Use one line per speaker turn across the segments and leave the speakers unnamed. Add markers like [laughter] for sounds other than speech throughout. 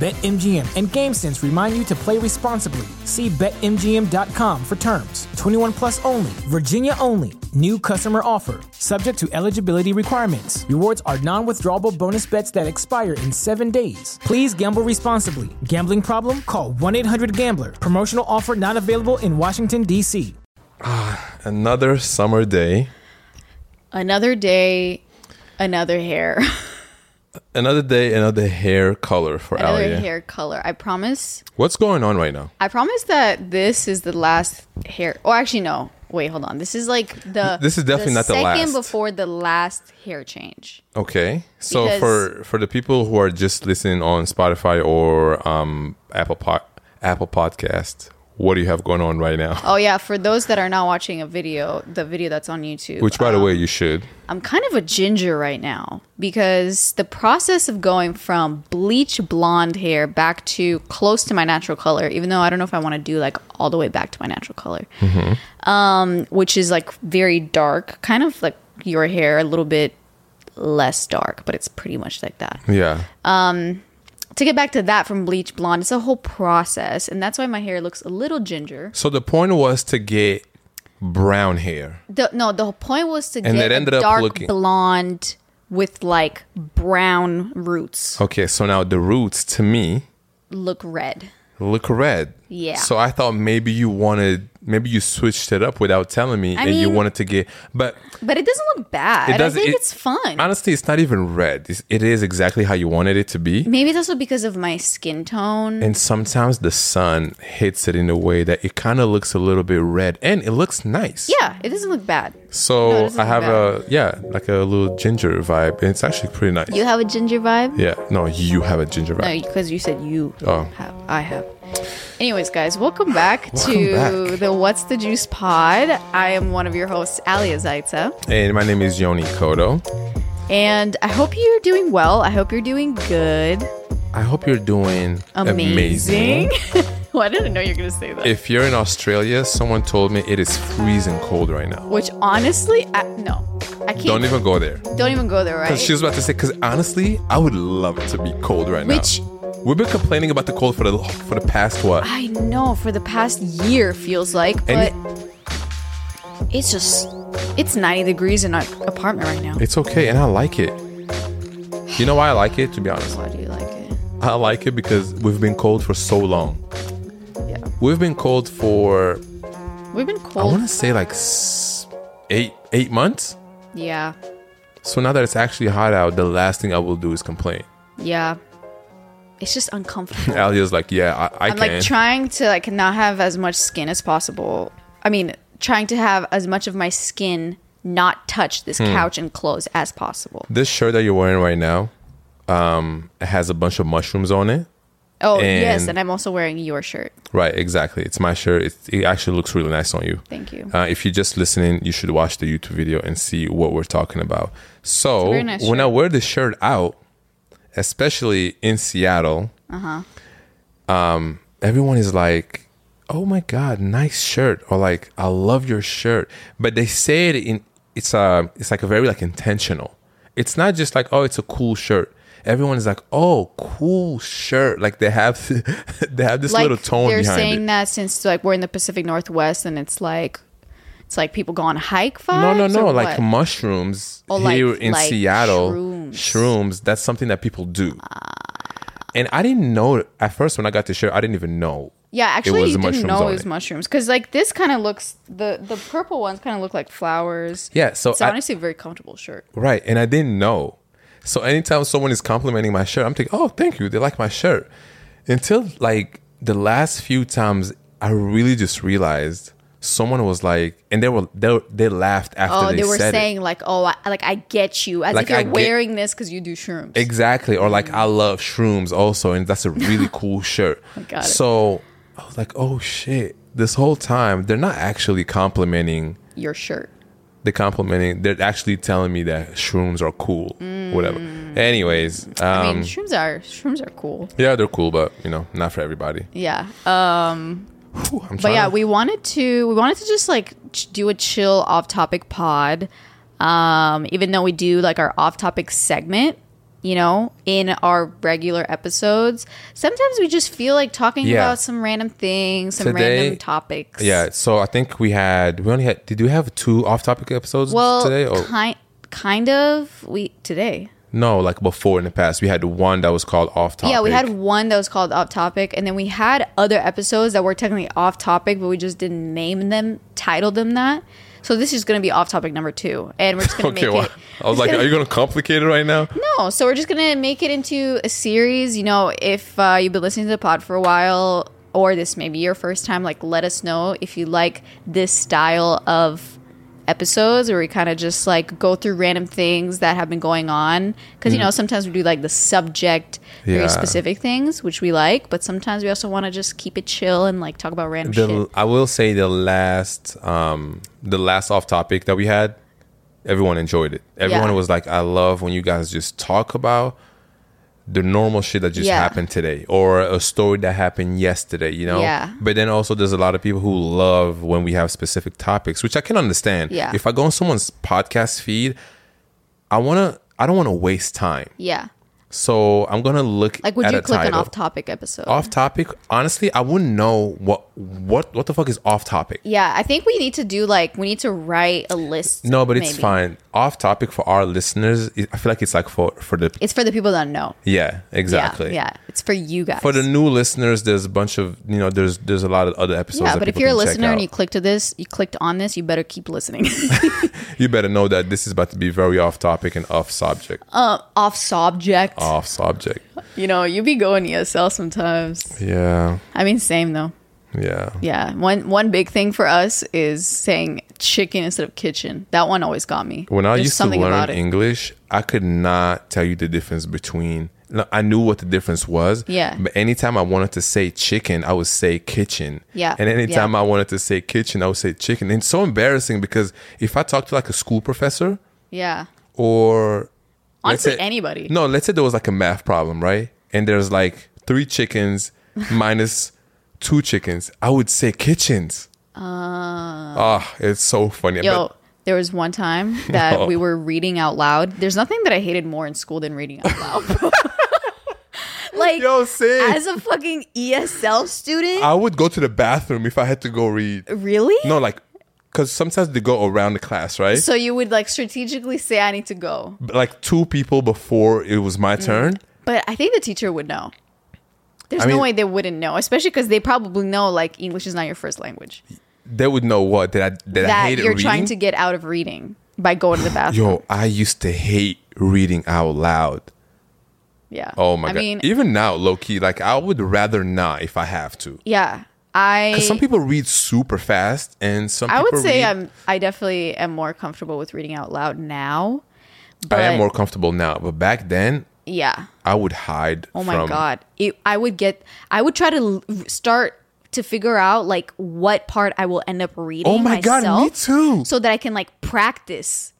BetMGM and GameSense remind you to play responsibly. See BetMGM.com for terms. 21 plus only, Virginia only. New customer offer, subject to eligibility requirements. Rewards are non withdrawable bonus bets that expire in seven days. Please gamble responsibly. Gambling problem? Call 1 800 Gambler. Promotional offer not available in Washington, D.C.
Another summer day,
Another day, another hair, [laughs]
Oh, another day, another hair color for
another
Alia.
hair color. I promise.
What's going on right now?
I promise that this is the last hair. Oh, actually, no. Wait, hold on. This is like the.
This is definitely not the last.
Second before the last hair change.
Okay, so
Because-
for for the people who are just listening on Spotify or um, Apple Pod, Apple Podcast, what do you have going on right now?
[laughs] Oh yeah, for those that are not watching a video, the video that's on YouTube.
Which, by the way, you should.
I'm kind of a ginger right now because the process of going from bleach blonde hair back to close to my natural color, even though I don't know if I want to do like all the way back to my natural color, um, which is like very dark, kind of like your hair, a little bit less dark, but it's pretty much like that
Yeah,
Um, to get back to that from bleach blonde it's a whole process and that's why my hair looks a little ginger
So the point was to get brown hair.
the, no the whole point was to
And
get
it ended
a
up
dark
looking-
blonde with like brown roots
Okay, so now the roots to me
look red
look red.
Yeah.
So I thought maybe you wanted, maybe you switched it up without telling me,
I
and you
mean-
wanted to get, but
but it doesn't look bad
it doesn't.
i think
it-
it's fun
Honestly, it's not even red. It's, it is exactly how you wanted it to be.
maybe it's also because of my skin tone
And sometimes the sun hits it in a way that it kind of looks a little bit red, and it looks nice.
yeah it doesn't look bad No, it
So
doesn't
I have
look
a yeah, like a little ginger vibe. It's actually pretty nice.
you have a ginger vibe
yeah. No, you have a ginger vibe.
no because you said you
Oh.
have i have anyways guys welcome back
[laughs]
to
Welcome back.
the what's the juice pod i am one of your hosts alia zaitsev
And my name is Yoni Kodo.
And I hope you're doing well. I hope you're doing good.
I hope you're doing
Amazing.
amazing.
[laughs] well, I didn't know you were going to say that.
If you're in Australia, someone told me it is freezing cold right now.
Which honestly, I, no. I can't.
Don't even go there.
don't even go there, right?
Because she was about to say, because honestly, I would love it to be cold right
Which-
now. We've been complaining about the cold for the for the past what?
I know for the past year feels like, but
And
it's just, it's 90 degrees in our apartment right now.
it's okay, and I like it. You know why I like it? To be honest,
Why do you like it?
I like it because we've been cold for so long.
Yeah.
We've been cold for
We've been
I
cold.
want to say like s- eight eight months.
yeah.
So now that it's actually hot out, the last thing I will do is complain.
Yeah. It's just
[laughs]
uncomfortable.
Alia's like, yeah, I, I
I'm
can.
like trying to like not have as much skin as possible. I mean, trying to have as much of my skin not touch
Hmm.
this couch and clothes as possible.
this shirt that you're wearing right now, um, it has a bunch of mushrooms on it.
Oh yes,
And-
and I'm also wearing your shirt.
Right, exactly. It's my shirt. It, it actually looks really nice on you.
Thank you.
Uh, if you're just listening, you should watch the YouTube video and see what we're talking about. So
very nice
when I
shirt.
wear this shirt out, especially in Seattle, um, everyone is like, "Oh my god, nice shirt!" or like, "I love your shirt." But they say it in it's a it's like a very like intentional. It's not just like, "Oh, it's a cool shirt." Everyone is like, "Oh, cool shirt!" Like they have [laughs] they have this
like
little tone
they're
behind
saying
it.
that since like we're in the Pacific Northwest and it's like it's like people go on hike vibes.
No, no,
or
no. Like
what?
mushrooms
Oh, like-
here in
like
Seattle.
shrooms. Ah.
Shrooms. That's something that people do. and I didn't know at first when I got the shirt. I didn't even know.
yeah, actually,
was
you didn't
mushrooms
know
on
it was
it.
mushrooms because like this kind of looks the the purple ones kind of look like flowers.
Yeah. So
it's
I,
honestly a very comfortable shirt.
right, and I didn't know. So anytime someone is complimenting my shirt, I'm thinking, "Oh, thank you. They like my shirt." Until like the last few times, I really just realized someone was like, and they were they, they laughed after
Oh,
they,
they, were
said it.
saying like, "Oh, I, like I get you," as
Like,
if you're
I get-
wearing this because you do shrooms.
Exactly. Or like I love shrooms also, and that's a
[laughs]
really cool shirt.
got it.
So I was like, oh shit. This whole time they're not actually complimenting
Your shirt.
the complimenting they're actually telling me that shrooms are cool. Whatever. Anyways, um
Mm. I mean, shrooms are shrooms are cool.
yeah, they're cool, but you know, not for everybody.
Yeah. Um,
Whew, I'm
but
trying
yeah,
to-
we wanted to we wanted to just like ch- do a chill off topic pod. Um, even though we do like our off topic segment, you know, in our regular episodes, sometimes we just feel like talking
Yeah.
about some random things, some
Today-
random topics.
yeah, so I think we had we only had did we have two off topic episodes
Well,
today? oh. Or
kind kind of we today.
no, like before in the past. We had one that was called off topic.
Yeah, we
[laughs]
had one that was called off topic, and then we had other episodes that were technically off topic, but we just didn't name them, title them that. So this is going to be off topic number two, and we're just going to
[laughs] Okay,
make
well,
it.
I
[laughs]
was like, are you gonna complicate it right now?
No, so we're just going to make it into a series. You know, if uh, you've been listening to the pod for a while, or this may be your first time, like let us know if you like this style of episodes where we kind of just like go through random things that have been going on because you know sometimes we do like the subject
Mm-hmm. Yeah.
very specific things which we like but sometimes we also want to just keep it chill and like talk about random
the
shit
I will say the last um the last off topic that we had, everyone enjoyed it. Everyone
Yeah.
was like, I love when you guys just talk about the normal shit that just
Yeah.
happened today or a story that happened yesterday, you know?
Yeah.
But then also there's a lot of people who love when we have specific topics, which I can understand.
Yeah.
If I go on someone's podcast feed, I wanna I don't wanna waste time.
yeah
So I'm gonna look
like would
at
you
a
click
title.
an off topic episode
off topic, honestly, I wouldn't know what what what the fuck is off topic.
yeah i think we need to do like we need to write a list
No, but it's
maybe.
fine. Off topic for our listeners. it- I feel like it's like for for the
It's for the people that know.
yeah exactly
Yeah, yeah. It's for you guys.
For the new listeners, there's a bunch of you know there's there's a lot of other episodes.
yeah,
that
but if
people
you're a
can check
listener
out.
and you clicked to this, you clicked on this, you better keep
[laughs]
listening. [laughs]
you better know that this is about to be very off topic and off subject.
Uh, Um, Off subject.
off subject.
You know, you be going ESL sometimes.
Yeah,
I mean, same though.
yeah.
Yeah. One one big thing for us is saying chicken instead of kitchen. That one always got me.
When I
There's
used to
something
learn
about it.
English, I could not tell you the difference between. no, I knew what the difference was.
Yeah.
But anytime I wanted to say chicken, I would say kitchen.
Yeah,
And anytime
yeah.
I wanted to say kitchen, I would say chicken. And it's so embarrassing because if I talk to like a school professor
yeah.
or let's
Honestly, anybody.
No, let's say there was like a math problem, right? And there's like three
[laughs]
chickens minus two chickens. I would say kitchens. Ah, it's so funny.
Yo,
But-
there was one time
[laughs]
that
No.
we were reading out loud. There's nothing that I hated more in school than reading out loud. [laughs] like
Yo, sis.
as a fucking ESL student,
I would go to the bathroom if I had to go read.
really?
No, like, because sometimes they go around the class, right?
So you would like strategically say I need to go.
But, like two people before it was
Mm.
my turn.
But I think the teacher would know. There's
I
no
mean-
way they wouldn't know, especially because they probably know like English is not your first language.
They would know what that I that, I
That
hated
you're
reading.
trying to get out of reading by going to the bathroom.
Yo, I used to hate reading out loud.
yeah.
Oh my
I
god!
mean,
Even now, low key, like I would rather not if I have to.
yeah. I
Because some people read super fast, and some
I
people
would say
read-
I'm I definitely am more comfortable with reading out loud now. But
I am more comfortable now. But back then,
yeah.
I would hide.
Oh my
from-
god. It, I would get I would try to l- start to figure out like what part I will end up reading
Oh my god!
myself
Me too.
so that I can like practice.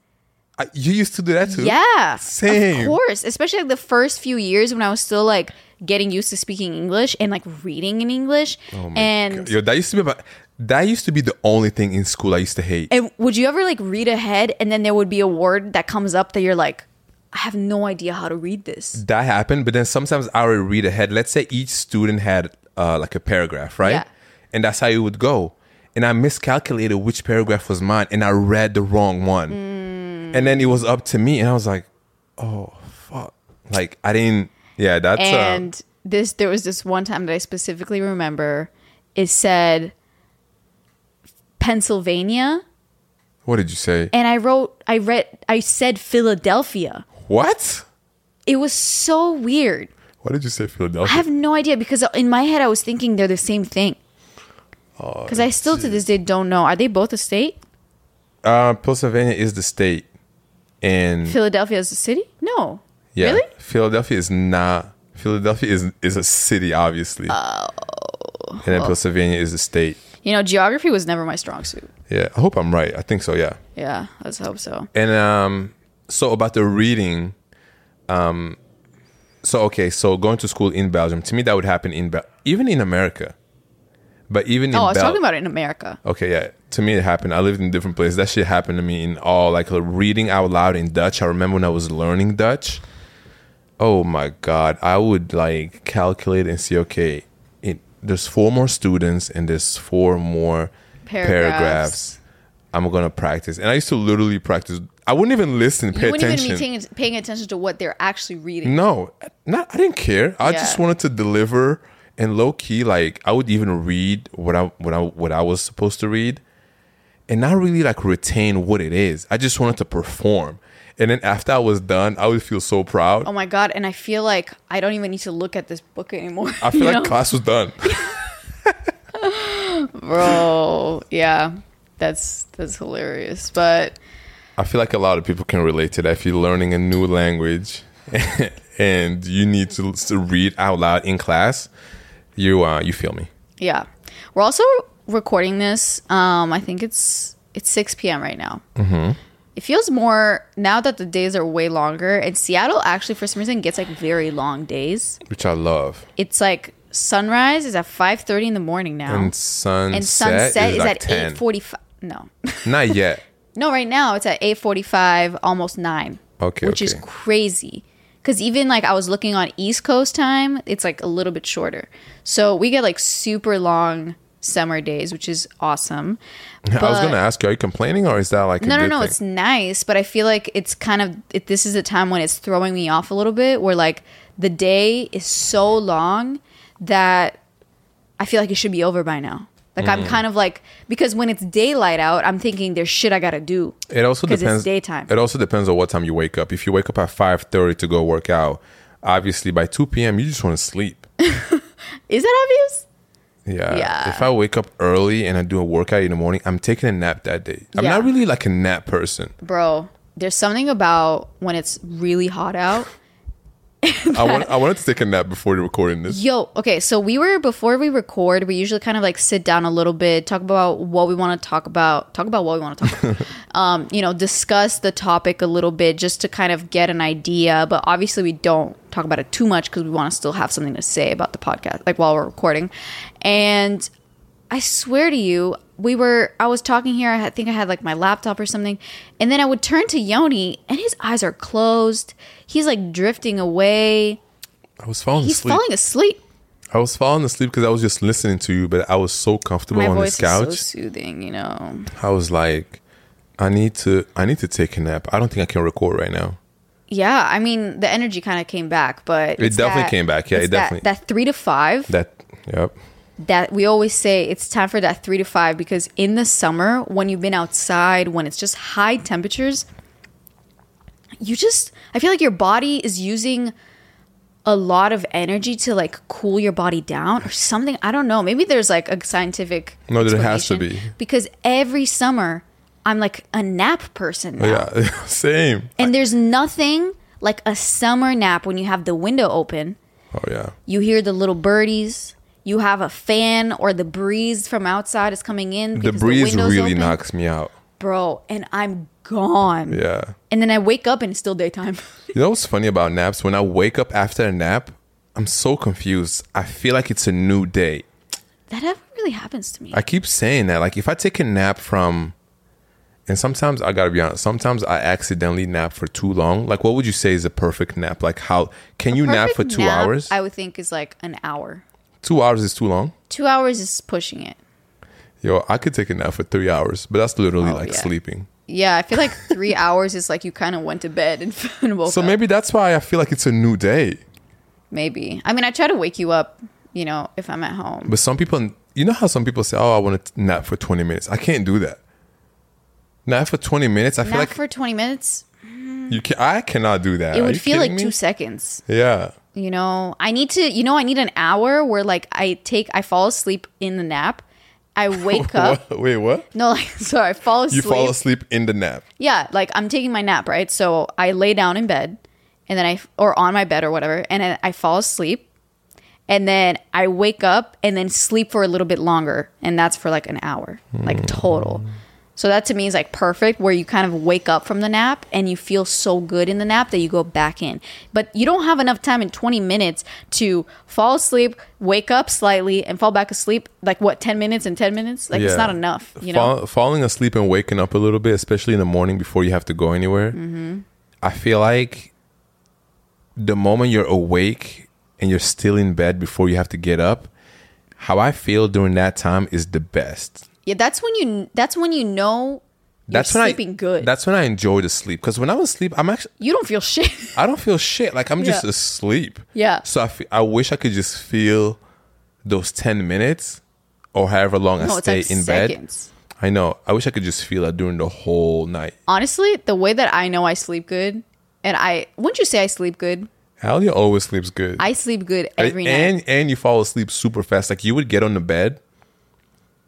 I, you used to do that too.
Yeah.
Same.
Of course, especially like the first few years when I was still like getting used to speaking English and like reading in English
Oh
and
Yo, that used to be about, that used to be the only thing in school I used to hate.
And would you ever like read ahead and then there would be a word that comes up that you're like, I have no idea how to read this.
that happened, but then sometimes I would read ahead. Let's say each student had uh, like a paragraph, right?
Yeah.
And that's how it would go. And I miscalculated which paragraph was mine, and I read the wrong one.
Mm.
And then it was up to me, and I was like, "Oh fuck!" Like I didn't. Yeah, that's. uh,
And this there was this one time that I specifically remember it said Pennsylvania
what did you say?
and I wrote I read I said Philadelphia.
What?
It was so weird.
What did you say,
I
Philadelphia?
have no idea because in my head I was thinking they're the same thing.
Oh,
Because I still to this day don't know. Are they both a state?
Uh, Pennsylvania is the state, and
Philadelphia is a city? No.
yeah,
Really?
Philadelphia is not. Philadelphia is is a city, obviously. Oh. And then Pennsylvania is a state.
You know, geography was never my strong suit.
Yeah, I hope I'm right. I think so. Yeah.
Yeah, let's hope so.
And um, so about the reading, um, so okay, so going to school in Belgium to me that would happen in Bel- even in America, but even
Oh,
in
I was
Bel-
talking about it in America.
Okay, yeah. To me, it happened. I lived in different places. That shit happened to me in all like uh, reading out loud in Dutch. I remember when I was learning Dutch. Oh my god, I would like calculate and see. Okay, it, there's four more students and there's four more
Paragraphs.
paragraphs. I'm gonna practice, and I used to literally practice. I wouldn't even listen, pay
You wouldn't
attention. Mm.
even be taking, paying attention to what they're actually reading.
No, not. I didn't care. I
Yeah.
just wanted to deliver and low key. Like I would even read what I what I what I was supposed to read, and not really like retain what it is. I just wanted to perform. And then after I was done, I would feel so proud.
Oh my god! And I feel like I don't even need to look at this book anymore.
I feel
[laughs] you
like
know?
class was done.
bro. Yeah, that's that's hilarious. But
I feel like a lot of people can relate to that. If you're learning a new language [laughs] and you need to, to read out loud in class, you uh, you feel me.
yeah, we're also recording this. Um, I think it's it's six p.m. right now. Mm-hmm. It feels more now that the days are way longer, and Seattle actually for some reason gets like very long days.
Which I love.
It's like sunrise is at five thirty in the morning now,
And sunset,
Oh. and sunset
is,
is,
like
at
10.
eight forty-five. No. [laughs]
Not yet.
No, right now it's at 8:45, almost 9.
Okay,
Which is
okay.
crazy. Cuz even like I was looking on East Coast time, it's like a little bit shorter. So we get like super long summer days, which is
[laughs]
awesome.
I was
But-
gonna ask you, are you complaining or is that like
No,
a
no,
good
no,
thing?
it's nice, but I feel like it's kind of it, this is a time when it's throwing me off a little bit where like the day is so long that I feel like it should be over by now. Like I'm
Mm.
kind of like because when it's daylight out, I'm thinking there's shit I got to do.
it also
'cause it's
depends.
daytime.
It also depends on what time you wake up. If you wake up at five thirty to go work out, obviously by two p.m. you just want to
[laughs]
sleep.
Is that obvious?
Yeah.
Yeah.
If I wake up early and I do a workout in the morning, I'm taking a nap that day. I'm
Yeah.
not really like a nap
[laughs]
person.
bro there's something about when it's really hot out
I want, I wanted to take a nap before recording this.
yo okay so we were before we record we usually kind of like sit down a little bit talk about what we want to talk about talk about what we want to talk about um you know discuss the topic a little bit just to kind of get an idea but obviously we don't talk about it too much because we want to still have something to say about the podcast like while we're recording and I swear to you, we were. I was talking here. I had- think I had like my laptop or something, and then I would turn to Yoni, and his eyes are closed. He's like drifting away.
I was falling
He's
asleep.
falling asleep.
I was falling asleep because I was just listening to you, but I was so comfortable
My
on
voice
this couch.
is so soothing, you know.
I was like, I need to I need to take a nap. I don't think I can record right now.
Yeah, I mean the energy kind of came back, but
It
it's
definitely
that-
came back. Yeah,
it's
it
that-
definitely-
that three to five.
That yep.
that we always say it's time for that three to five because in the summer when you've been outside when it's just high temperatures you just i feel like your body is using a lot of energy to like cool your body down or something i don't know maybe there's like a scientific
No, there has to
explanation.
be.
because every summer i'm like a nap person now.
Oh, Yeah, [laughs] same.
and there's nothing like a summer nap when you have the window open
Oh yeah.
you hear the little birdies. You have a fan or the breeze from outside is coming in.
the
because
breeze
window's
really
open.
knocks me out.
Bro, and I'm gone.
Yeah.
And then I wake up and it's still daytime. [laughs]
You know what's funny about naps? When I wake up after a nap, I'm so confused. I feel like it's a new day.
that never really happens to me.
I keep saying that. Like if I take a nap from and sometimes I gotta be honest, sometimes I accidentally nap for too long. Like what would you say is a perfect nap? Like how can you nap
Perfect
for two
nap,
hours?
I would think is like an hour.
two hours is too long.
Two hours is pushing it.
Yo, I could take a nap for three hours, but that's literally
Oh,
like
yeah.
sleeping.
Yeah,
[laughs]
I feel like three hours is like you kind of went to bed and, [laughs] and woke
So
up.
maybe that's why I feel like it's a new day.
maybe. I mean, I try to wake you up, you know, if I'm at home.
But some people, you know how some people say, "Oh, I want to nap for 20 minutes." I can't do that. Nap for 20 minutes. I
Nap
feel like
for 20 minutes,
you can. I cannot do that.
it
Are
would
you
feel like
kidding
two
me?
seconds.
Yeah.
you know i need to you know i need an hour where like i take i fall asleep in the nap
[laughs]
I wake up.
What? Wait, what?
No, [laughs] like so I fall asleep.
You fall asleep in the nap.
Yeah, like I'm taking my nap, right? So I lay down in bed and then I or on my bed or whatever, and then I fall asleep. And then I wake up and then sleep for a little bit longer, and that's for like an hour, like total. So that to me is like perfect where you kind of wake up from the nap and you feel so good in the nap that you go back in. But you don't have enough time in 20 minutes to fall asleep, wake up slightly and fall back asleep like what 10 minutes and 10 minutes? Like it's
Yeah.
not enough, you know.
Fall, falling asleep and waking up a little bit, especially in the morning before you have to go anywhere.
Mm-hmm.
I feel like the moment you're awake and you're still in bed before you have to get up, how I feel during that time is the best.
Yeah, that's when you. That's when you know
That's
you're
when
sleeping
I,
good.
That's when I enjoy the sleep because when I was asleep, I'm actually
you don't feel [laughs] shit.
I don't feel shit. Like I'm just
Yeah.
asleep.
Yeah.
So I fe- I wish I could just feel those ten minutes or however long
No,
I
it's
stay
like
in
seconds.
bed. I know. I wish I could just feel that during the whole night.
Honestly, the way that I know I sleep good, and I wouldn't you say I sleep good?
Alia always sleeps good.
I sleep good
I-
every night,
and and you fall asleep super fast. Like you would get on the bed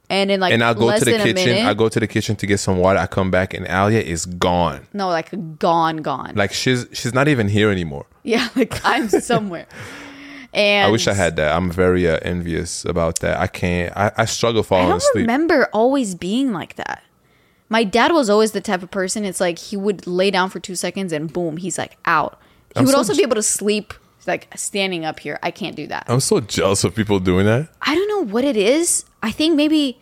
and in like
and I'll go
less
to the
than a
kitchen.
minute-
I go to the kitchen to get some water. I come back and Alia is gone.
no, like gone, gone.
Like she's she's not even here anymore.
yeah, [laughs] like
[laughs]
I'm somewhere. And
I wish I had that. I'm very uh, envious about that. I can't. I, I struggle
I
falling
don't
asleep.
remember always being like that. My dad was always the type of person. It's like he would lay down for two seconds and boom, he's like out. He
I'm
would
so
also
j-
be able to sleep like standing up here. I can't do that.
I'm so jealous of people doing that.
I don't know what it is. I think maybe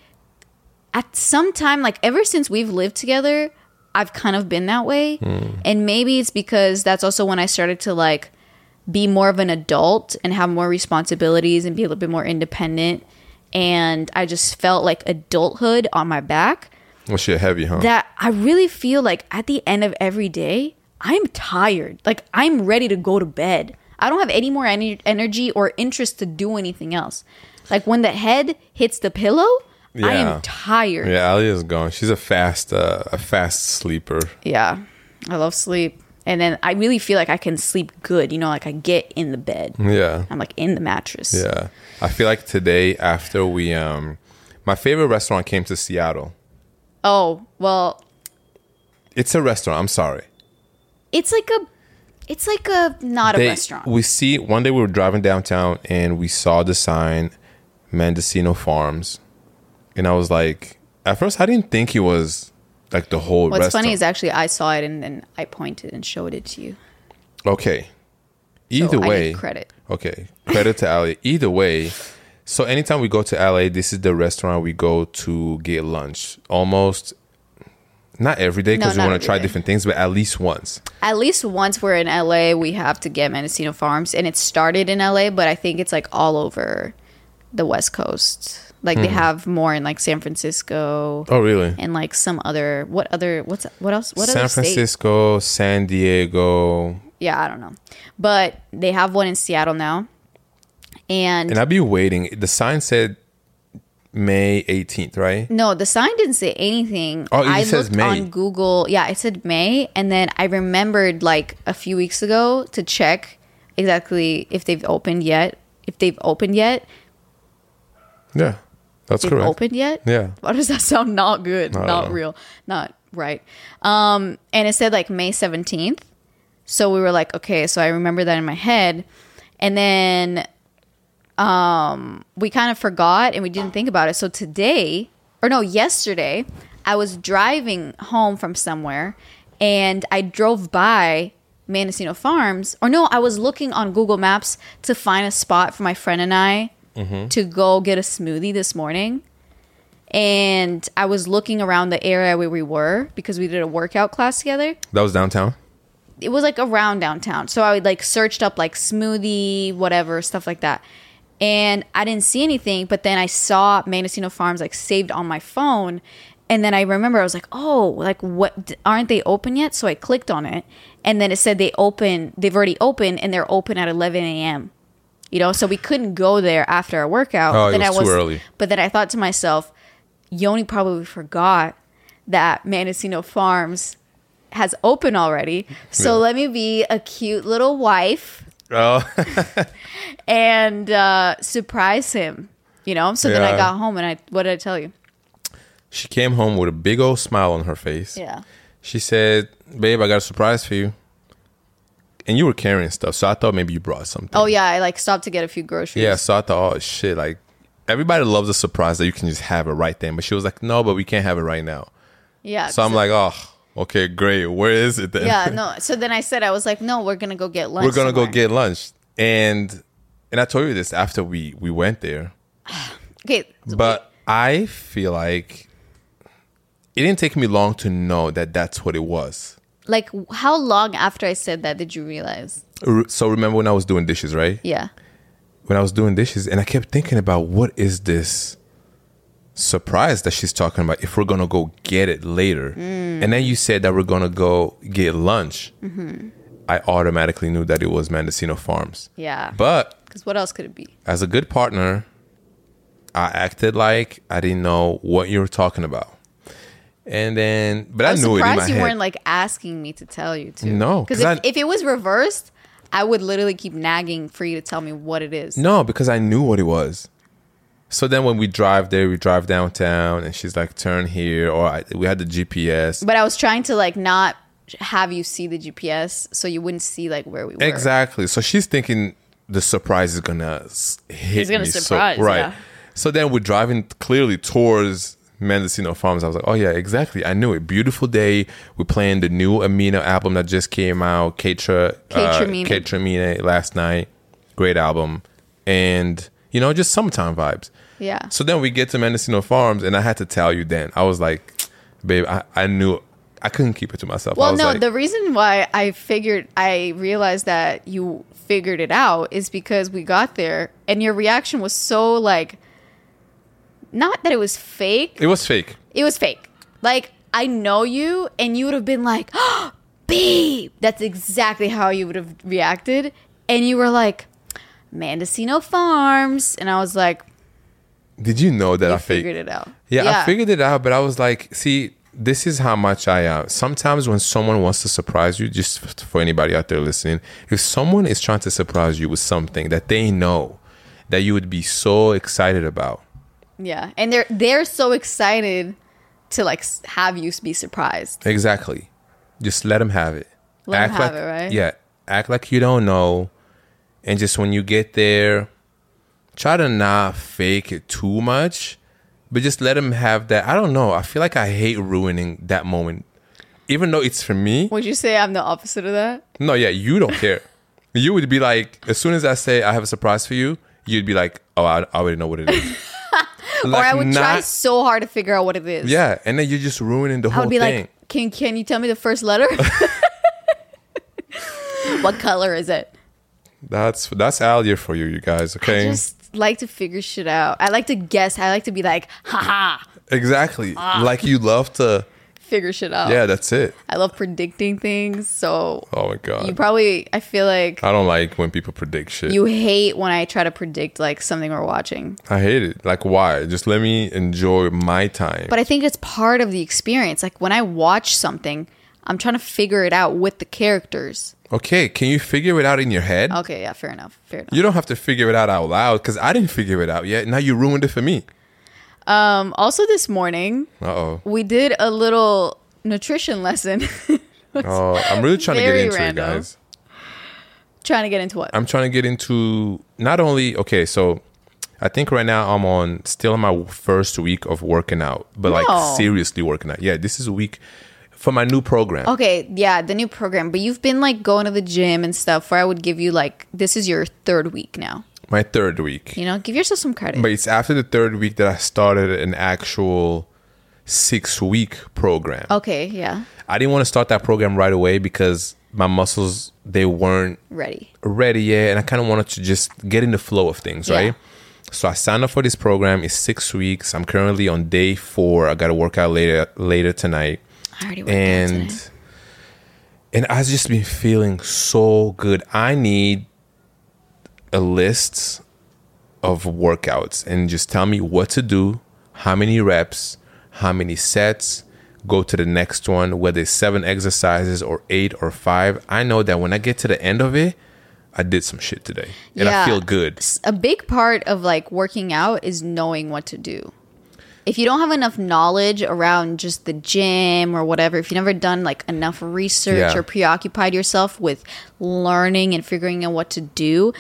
at some time, like ever since we've lived together, I've kind of been that way. And maybe it's because that's also when I started to like be more of an adult and have more responsibilities and be a little bit more independent. And I just felt like adulthood on my back
Well, shit, heavy, huh?
that I really feel like at the end of every day, I'm tired. Like I'm ready to go to bed. I don't have any more ener- energy or interest to do anything else. Like when the head hits the pillow, I
Yeah.
am tired. Yeah.
yeah, Alia's gone. She's a fast, uh, a fast sleeper.
I love sleep. And then I really feel like I can sleep good. You know, like I get in the bed.
Yeah.
I'm like in the mattress.
Mm. Yeah. I feel like today after we um my favorite restaurant came to Seattle.
Oh, well,
It's a restaurant, I'm sorry.
it's like a it's like a not a
They-
restaurant.
We see one day we were driving downtown and we saw the sign Mendocino Farms. And I was like at first I didn't think it was like the whole
What's
restaurant.
funny is actually I saw it and then I pointed and showed it to you.
Okay.
So
Either
I get
way,
credit.
Okay, credit to LA. Either way, so anytime we go to LA, this is the restaurant we go to get lunch. Almost not every day
No,
because
not
we want
every
to try
day.
different things, but at least once.
At least once we're in LA, we have to get Mendocino Farms, and it started in LA, but I think it's like all over the West Coast. Like
Hmm.
they have more in like San Francisco
Oh, really?
and like some other what other what's what else what
San
other state?
Francisco, San Diego,
Yeah, I don't know, but they have one in Seattle now, and,
and I'd be waiting. The sign said May 18th, right?
no, the sign didn't say anything.
Oh, it
I
says
looked
May.
on Google. Yeah, it said May, and then I remembered like a few weeks ago to check exactly if they've opened yet. If they've opened yet,
Yeah, that's
they've
correct.
opened yet.
Yeah.
Why does that sound not good?
don't
not
know.
real. Not right. Um, and it said like May 17th. So we were like, okay, so I remember that in my head. And then um we kind of forgot and we didn't think about it. So today, or no, yesterday, I was driving home from somewhere and I drove by Mendocino Farms. Or no, I was looking on Google Maps to find a spot for my friend and I
Mm-hmm.
to go get a smoothie this morning and I was looking around the area where we were because we did a workout class together.
That was downtown.
It was like around downtown. So I would like searched up like smoothie, whatever, stuff like that. And I didn't see anything, but then I saw Mendocino Farms like saved on my phone. And then I remember I was like, oh, like what? d- Aren't they open yet? So I clicked on it. And then it said they open, they've already opened and they're open at 11 a.m. You know, so we couldn't go there after our workout.
Oh,
But
it
then
was
I
too early.
But then I thought to myself, Yoni probably forgot that Mendocino Farms has opened already. So
Yeah.
let me be a cute little wife
Oh,
and uh, surprise him. You know. So then I
Yeah.
got home and I what did I tell you?
[laughs] She came home with a big old smile on her face.
Yeah.
She said, "Babe, I got a surprise for you." And you were carrying stuff, so I thought maybe you brought something.
Oh yeah, I like stopped to get a few groceries.
Yeah, so I thought, oh shit, like everybody loves a surprise that you can just have it right then. But she was like, no, but we can't have it right now.
Yeah.
So I'm like, oh, okay, great. Where is it then? [laughs]
yeah, no. So then I said I was like, no, we're gonna go get lunch.
We're gonna go
somewhere.
get lunch, and and I told you this after we we went there,
Okay,
but I feel like it didn't take me long to know that that's what it was.
like how long after I said that did you realize?
Re- So remember when I was doing dishes, right?
Yeah.
when I was doing dishes, and I kept thinking about what is this surprise that she's talking about if we're gonna go get it later.
Mm.
And then you said that we're gonna go get lunch.
Mm-hmm.
I automatically knew that it was Mendocino Farms.
Yeah.
But
Because what else could it be?
as a good partner, I acted like I didn't know what you were talking about. And then, but I,
I'm
knew it in
surprised
my
you
head.
weren't like asking me to tell you to.
No,
Because
'cause
if,
I-
if it was reversed, I would literally keep nagging for you to tell me what it is.
No, because I knew what it was. So then when we drive there, we drive downtown, and she's like, "Turn here," or I, we had the GPS.
But I was trying to like not have you see the GPS so you wouldn't see like where we were.
Exactly. So she's thinking the surprise is gonna s- hit.
It's gonna
me. So-
surprise,
right.
yeah.
So then we're driving clearly towards Mendocino Farms. I was like, oh yeah, exactly. I knew it. Beautiful day. We're playing the new Amina album that just came out. Ketra. uh,
Ketra Mina.
Ketra Mina last night. Great album. And you know, just summertime vibes.
Yeah.
So then we get to Mendocino Farms, and I had to tell you then. I was like, babe, I, I knew. I couldn't keep it to myself. I
Well,
was
no,
like,
the reason why I figured I realized that you figured it out is because we got there and your reaction was so like not that it was fake.
it was fake.
It was fake. Like I know you and you would have been like, [gasps] "Oh, "Babe." That's exactly how you would have reacted and you were like, "Mendocino Farms." And I was like,
Did you know that
"You
I faked?
figured it out."
Yeah, I figured it out, but I was like, see, this is how much I am. Sometimes when someone wants to surprise you, just f- for anybody out there listening, if someone is trying to surprise you with something that they know that you would be so excited about,
Yeah. And they're they're so excited to like s- have you be surprised.
exactly, just let them have it.
Let 'em have
like,
it, right?
Yeah, act like you don't know, and just when you get there, try to not fake it too much, but just let them have that. I don't know. I feel like I hate ruining that moment. Even though it's for me,
Would you say I'm the opposite of that?
No, yeah, you don't care. you would be like, as soon as I say I have a surprise for you, you'd be like, oh, I, I already know what it is.
[laughs] or
Like,
I would try
not-
so hard to figure out what it is.
Yeah, and then you're just ruining the
I
whole
would be
thing.
like, can can you tell me the first letter?
[laughs]
[laughs] what color is it?
that's that's out here for you, you guys.
I
Okay,
just like to figure shit out. I like to guess. I like to be like, [laughs] haha,
exactly.
Ah.
Like you love to.
figure shit out.
Yeah, that's it.
I love predicting things. So
Oh my god,
you probably, I feel like
I don't like when people predict shit.
you hate when I try to predict like something we're watching.
I hate it. Like why? Just let me enjoy my time.
But I think it's part of the experience. Like when I watch something, I'm trying to figure it out with the characters.
okay, can you figure it out in your head?
Okay, yeah, fair enough. Fair enough.
You don't have to figure it out out loud because I didn't figure it out yet. Now you ruined it for me.
Um, also, this morning
Uh oh.
we did a little nutrition lesson. [laughs]
Oh, I'm really trying to get
Very
into
random.
it, guys.
Trying to get into what?
I'm trying to get into not only okay, so I think right now I'm on still in my first week of working out, but
No.
like seriously working out. Yeah, this is a week for my new program.
okay, yeah, the new program. But you've been like going to the gym and stuff. Where I would give you like this is your third week now.
My third week.
You know, give yourself some credit.
But it's after the third week that I started an actual six week program.
okay, yeah,
I didn't want to start that program right away because my muscles they weren't
ready.
ready yet and I kind of wanted to just get in the flow of things,
Yeah.
right? So I signed up for this program. It's six weeks. I'm currently on day four. I got to work out later later tonight,
I already worked out today.
and and I've just been feeling so good. I need a list of workouts and just tell me what to do, how many reps, how many sets, go to the next one, whether it's seven exercises or eight or five. I know that when I get to the end of it, I did some shit today and I
Yeah.
feel good.
S- a big part of like working out is knowing what to do. if you don't have enough knowledge around just the gym or whatever, if you've never done like enough research
Yeah.
or preoccupied yourself with learning and figuring out what to do,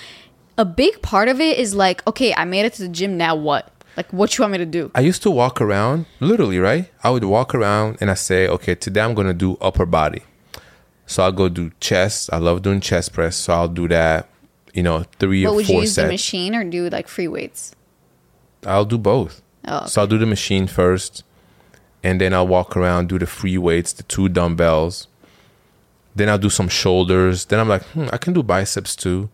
a big part of it is like, okay, I made it to the gym. Now what? Like, what you want me to do?
I used to walk around, literally, right? I would walk around and I say, okay, today I'm gonna do upper body. So I'll go do chest. I love doing chest press, so I'll do that, you know, three
What
or
would you
four
use the
sets.
machine or do like free weights?
I'll do both.
Oh,
So I'll do the machine first, and then I'll walk around, do the free weights, the two dumbbells. Then I'll do some shoulders. Then I'm like, hmm, I can do biceps too,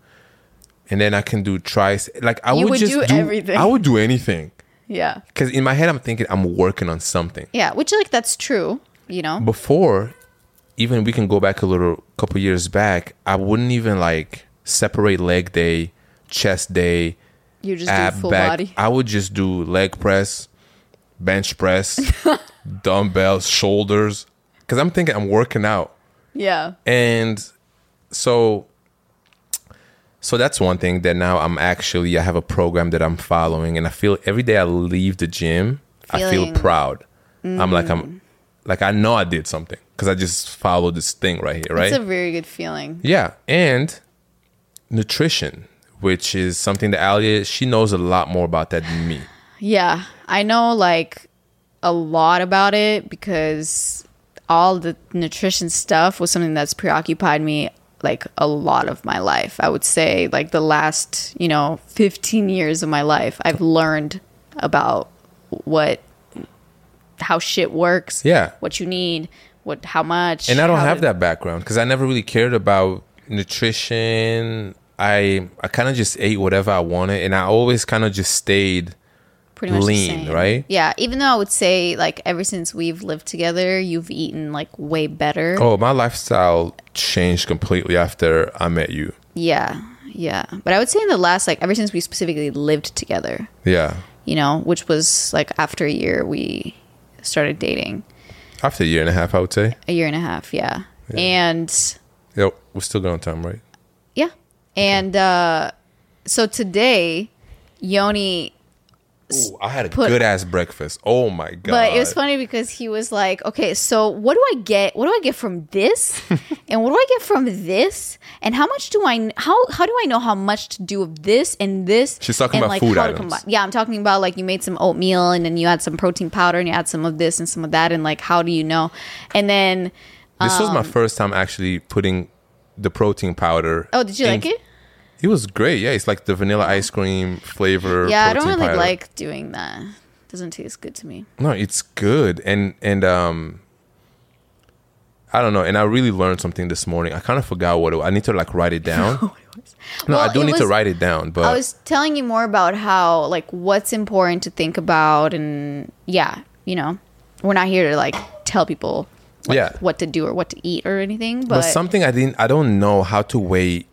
and then I can do triceps. Like I
You
would,
would
just
do
do
everything.
I would do anything
Yeah.
because in my head I'm thinking I'm working on something.
Yeah. Which, like, that's true, you know?
Before, even we can go back a little, couple years back, I wouldn't even like separate leg day, chest day,
You just
ab
do full
back.
body. [laughs]
I would just do leg press, bench
[laughs]
press, dumbbells, shoulders, because I'm thinking I'm working out,
Yeah.
and so so that's one thing that now I'm actually I have a program that I'm following, and I feel every day I leave the gym, I feel
Feeling- Mm.
proud. I'm like I'm like I know I did something because I just followed this thing right here, right?
It's a very good feeling.
Yeah, and nutrition, which is something that Alia she knows a lot more about that than me.
Yeah, I know like a lot about it because all the nutrition stuff was something that's preoccupied me like a lot of my life. I would say like the last, you know, 15 years of my life, I've learned about what how shit works,
Yeah.
what you need, what how much.
And I don't
how
have
to-
that background because I never really cared about nutrition. I I kind of just ate whatever I wanted, and I always kind of just stayed.
pretty much the
lean,
same.
right?
Yeah, even though I would say like ever since we've lived together, you've eaten like way better.
Oh, my lifestyle changed completely after I met you.
Yeah, yeah. But I would say in the last, like, ever since we specifically lived together,
Yeah,
you know, which was like after a year we started dating,
after a year and a half, I would say.
a year and a half, yeah. And
Yep, we're still going on time, right?
yeah. And uh, so today, Yoni,
Ooh, I had a
Put-
good ass breakfast. Oh my god!
but it was funny because he was like, okay, so what do I get? What do I get from
[laughs]
this? and what do I get from this? And how much do I, how, how do I know how much to do of this and this?
She's talking
and,
about food
how to
items.
combine- yeah, I'm talking about like you made some oatmeal and then you had some protein powder and you had some of this and some of that and like how do you know? And then
This was my
Um,
first time actually putting the protein powder.
oh, did you
in-
like it?
It was great. Yeah, it's like the vanilla ice cream flavor.
Yeah, I don't
protein
really
powder.
like doing that. Doesn't taste good to me.
No, it's good, and and um, I don't know. And I really learned something this morning. I kind of forgot what it, I need to like write it
[laughs]
down. no,
Well,
I do
it
need to
was-
write it down. But
I was telling you more about how like what's important to think about and yeah, you know, we're not here to like tell people like,
Yeah.
what to do or what to eat or anything, but,
but something I didn't. I don't know how to weigh.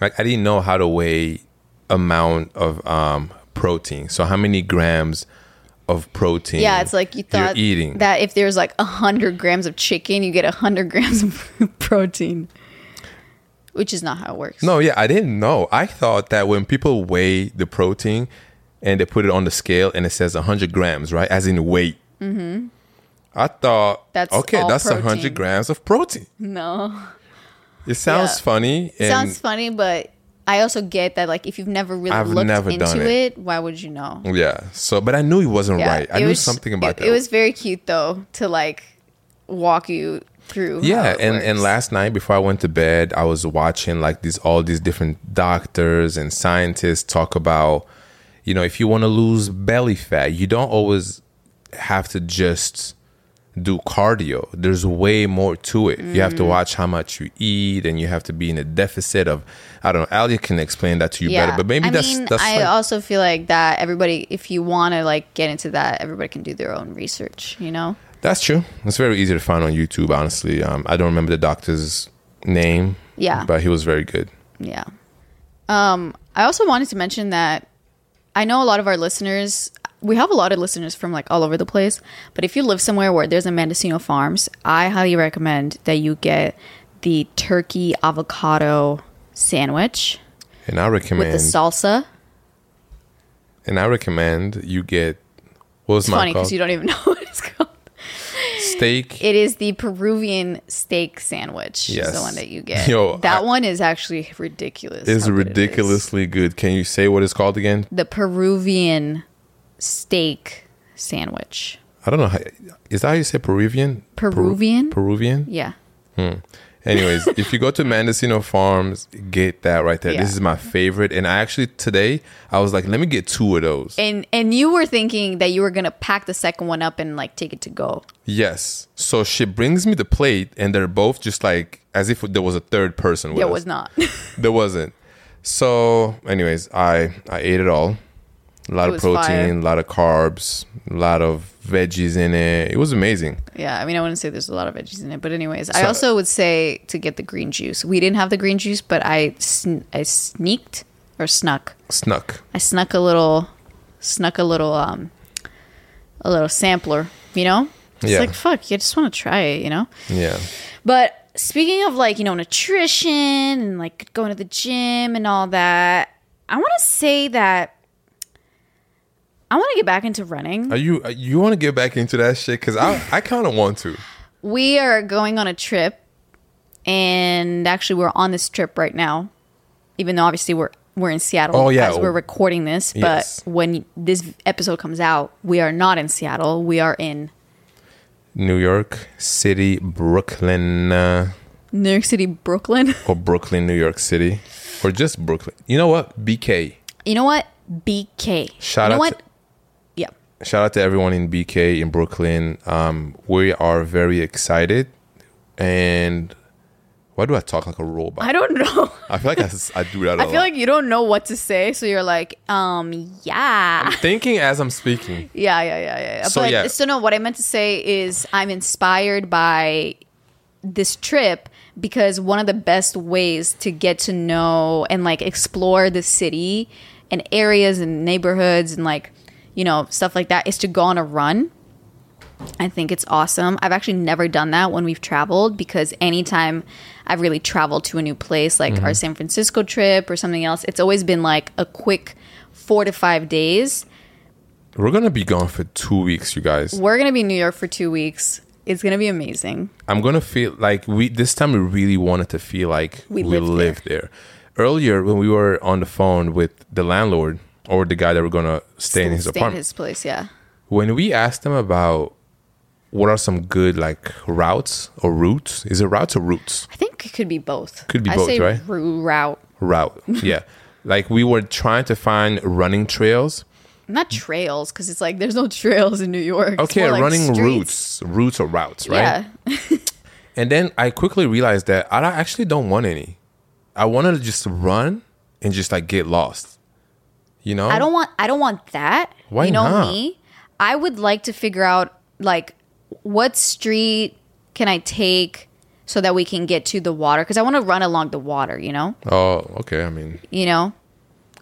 Like I didn't know how to weigh amount of um protein. So how many grams of protein?
yeah, it's like you thought
you're eating.
that if there's like hundred grams of chicken, you get hundred [laughs] grams of protein, which is not how it works.
No, yeah, I didn't know. I thought that when people weigh the protein and they put it on the scale and it says 100 grams, right? As in weight. Mm-hmm. I thought,
That's
okay,
all
that's a
protein.
100 grams of protein.
no.
It sounds
Yeah.
funny. And
sounds funny, but I also get that like if you've never really
I've
looked
never
into
done
it.
it.
why would you know?
yeah, so, but I knew it wasn't
Yeah,
right. I
it
knew
was-
something about
it,
that.
It was very cute though to like walk you through. how
yeah
it
and,
works.
and last night before i went to bed i was watching like these all these different doctors and scientists talk about you know if you want to lose belly fat you don't always have to just do cardio there's way more to it you
Mm.
have to watch how much you eat and you have to be in a deficit of i don't know alia can explain that to you better but maybe
I
that's
mean,
that's
I
like-
also feel like that everybody, if you want to like get into that, everybody can do their own research. You know,
that's true it's very easy to find on youtube honestly um, i don't remember the doctor's name
Yeah.
but he was very good
yeah. Um, I also wanted to mention that I know a lot of our listeners. We have a lot of listeners from like all over the place. But if you live somewhere where there's a Mendocino Farms, I highly recommend that you get the turkey avocado sandwich
and i recommend
with the salsa.
And I recommend you get What was
It's
mine
funny
called?
because you don't even [laughs] know what it's called.
Steak.
It is the Peruvian steak sandwich. Yes.
Yes.
the one that you get.
Yo,
that
I-
one is actually ridiculous.
is
how good it is.
ridiculously good. Can you say what it's called again?
The Peruvian steak sandwich.
I don't know. How, is that how you say Peruvian? Peru-
Peruvian?
Peruvian.
[laughs] Yeah.
Anyways, if you go to Mendocino Farms, get that right there.
Yeah.
This is my favorite. And I actually today I was like, let me get two of those.
And and you were thinking that you were gonna pack the second one up and like take it to go.
yes. So she brings me the plate, and they're both just like as if there was a third person. With
It
us.
was not. [laughs]
There wasn't. So, anyways, I I ate it all. A lot
It
of
was
protein,
fire.
a lot of carbs, a lot of veggies in it. It was amazing.
yeah, I mean I wouldn't say there's a lot of veggies in it, but anyways, I also would say to get the green juice. We didn't have the green juice, but I sn- I sneaked or snuck.
Snuck.
I snuck a little, snuck a little, um, a little sampler. You know, it's
Yeah.
like fuck. You just want to try it. You know.
Yeah.
But speaking of like, you know, nutrition and like going to the gym and all that, I want to say that I want to get back into running.
Are you are you want to get back into that shit? Cause I I kind of want to.
We are going on a trip and actually we're on this trip right now. Even though obviously we're we're in Seattle
Oh, yeah.
as we're recording this, but
Yes.
when this episode comes out, we are not in Seattle. We are in
New York City, Brooklyn, uh,
New York City, Brooklyn. [laughs]
or Brooklyn, New York City, or just Brooklyn. You know what? BK.
you know what? BK.
Shout
you know
out
what?
to-
yeah.
shout out to everyone in BK in Brooklyn. Um, we are very excited, and why do I talk like a robot?
I don't [laughs] know.
I feel like I, s- I do that. a
I
lot.
feel like you don't know what to say, so you're like, um, yeah,
thinking as I'm speaking.
yeah, yeah, yeah, yeah. yeah.
So,
but
yeah.
so no, what I meant to say is I'm inspired by this trip because one of the best ways to get to know and like explore the city and areas and neighborhoods and like you know stuff like that is to go on a run. I think it's awesome. I've actually never done that when we've traveled because anytime I've really traveled to a new place, like
Mm-hmm.
our San Francisco trip or something else, it's always been like a quick four to five days.
We're gonna be gone for two weeks, you guys.
We're going to be in New York for two weeks. It's going to be amazing.
I'm gonna feel like we this time we really wanted to feel like we,
We
lived,
lived
there. Earlier, when we were on the phone with the landlord or the guy that we're gonna stay in his
Stay
apartment,
his place, yeah.
when we asked him about what are some good like routes or routes, is it routes or routes?
I think it could be both.
Could be
I
both,
say
right?
ru- route. [laughs]
Route, yeah. like we were trying to find running trails.
Not trails, because it's like there's no [laughs] trails in New York. It's
Okay,
more like
running
streets.
routes, routes or routes, right?
Yeah.
And then I quickly realized that I don't- actually don't want any. I want to just run and just like get lost. You know?
I don't want I don't want that.
Why
you know
not?
me? I would like to figure out like what street can I take so that we can get to the water cuz I want to run along the water, you know?
Oh, okay. I mean,
You know?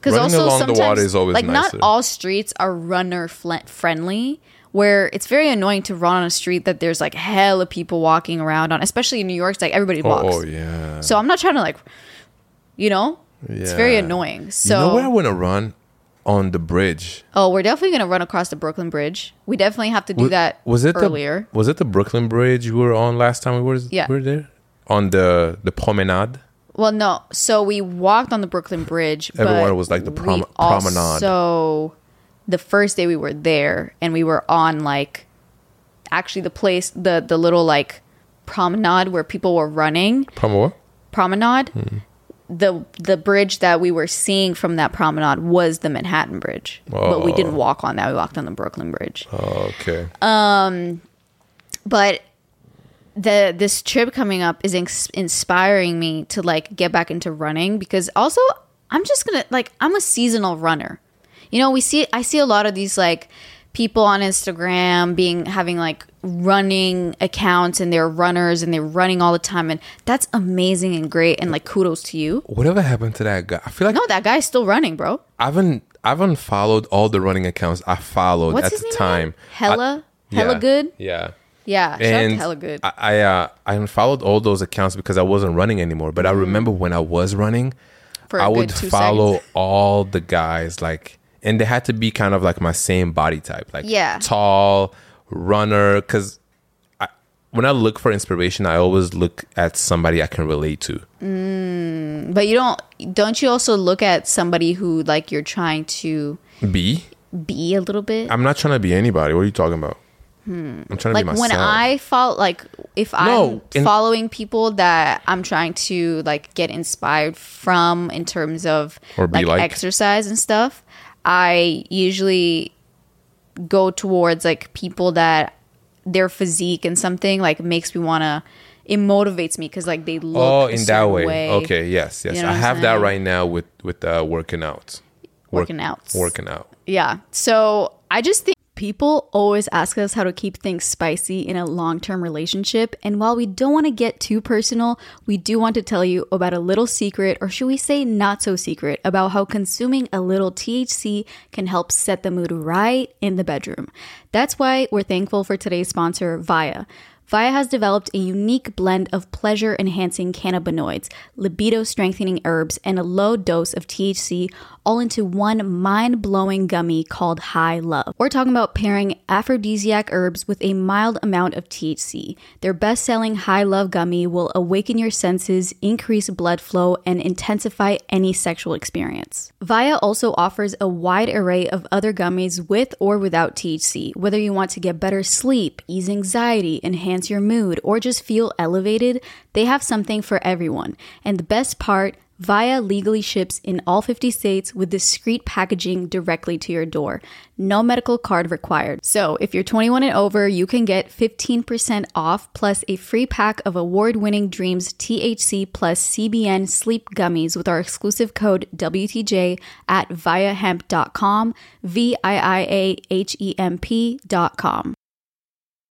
Cuz
Running
also
along the
sometimes
water is always
like
nicer.
not all streets are runner fl- friendly where it's very annoying to run on a street that there's like hella people walking around on, especially in New York, it's like everybody
oh,
walks.
oh, yeah.
So I'm not trying to like you know? It's very
Yeah.
annoying. So
you know where I want to run? On the bridge.
Oh, we're definitely gonna run across the Brooklyn Bridge. We definitely have to do that.
was it
earlier?
The, was it the Brooklyn Bridge we were on last time we were,
Yeah.
we were there? On the the promenade?
well, no. So we walked on the Brooklyn Bridge.
Everyone
but
was like the
we
prom- promenade.
So the first day we were there, and we were on like actually the place, the the little like promenade where people were running
Prom what?
promenade.
Hmm.
The the bridge that we were seeing from that promenade was the Manhattan Bridge, but we didn't walk on that. We walked on the Brooklyn Bridge.
Oh, okay.
Uh, but the this trip coming up is ins- inspiring me to like get back into running because also I'm just gonna like I'm a seasonal runner. You know, we see I see a lot of these like people on Instagram being having like running accounts and they're runners and they're running all the time and that's amazing and great and like kudos to you.
Whatever happened to that guy? I feel like
No, that guy's still running, bro.
I haven't I haven't followed all the running accounts I followed
What's
at
his
the
name?
time.
again? Hella, hella
yeah,
good.
Yeah.
Yeah, shout out to
and
hella good.
I I, uh, I unfollowed all those accounts because I wasn't running anymore. But I remember when I was running,
Mm-hmm. For a
I
good
would
two
follow all the guys like and they had to be kind of like my same body type, like
Yeah.
tall runner. Because I, when I look for inspiration, I always look at somebody I can relate to.
But you don't don't you also look at somebody who like you're trying to
Be
be a little bit?
I'm not trying to be anybody. What are you talking about? I'm trying to
Hmm. like
be myself.
when I follow, like if
No,
I'm
in-
following people that I'm trying to like get inspired from in terms of
Or be like.
exercise and stuff, I usually go towards like people that their physique and something like makes me want to. It motivates me because like they look.
oh,
a
in that
certain
way. Okay, yes, yes.
You know
I
what I'm
have that
saying?
right now with with uh, working out. Work-
Working outs.
Working out.
Yeah. So I just think people always ask us how to keep things spicy in a long term relationship. And while we don't want to get too personal, we do want to tell you about a little secret, or should we say not so secret, about how consuming a little THC can help set the mood right in the bedroom. That's why we're thankful for today's sponsor, Via. Via has developed a unique blend of pleasure enhancing cannabinoids, libido strengthening herbs, and a low dose of THC all into one mind blowing gummy called High Love. We're talking about pairing aphrodisiac herbs with a mild amount of THC. Their best selling High Love gummy will awaken your senses, increase blood flow, and intensify any sexual experience. Via also offers a wide array of other gummies with or without THC, whether you want to get better sleep, ease anxiety, enhance your mood, or just feel elevated, they have something for everyone. And the best part, Via legally ships in all 50 states with discreet packaging directly to your door. No medical card required. So, if you're 21 and over, you can get 15% off plus a free pack of award winning Dreams THC plus CBN sleep gummies with our exclusive code WTJ at viahemp.com, V I I A H E M P.com.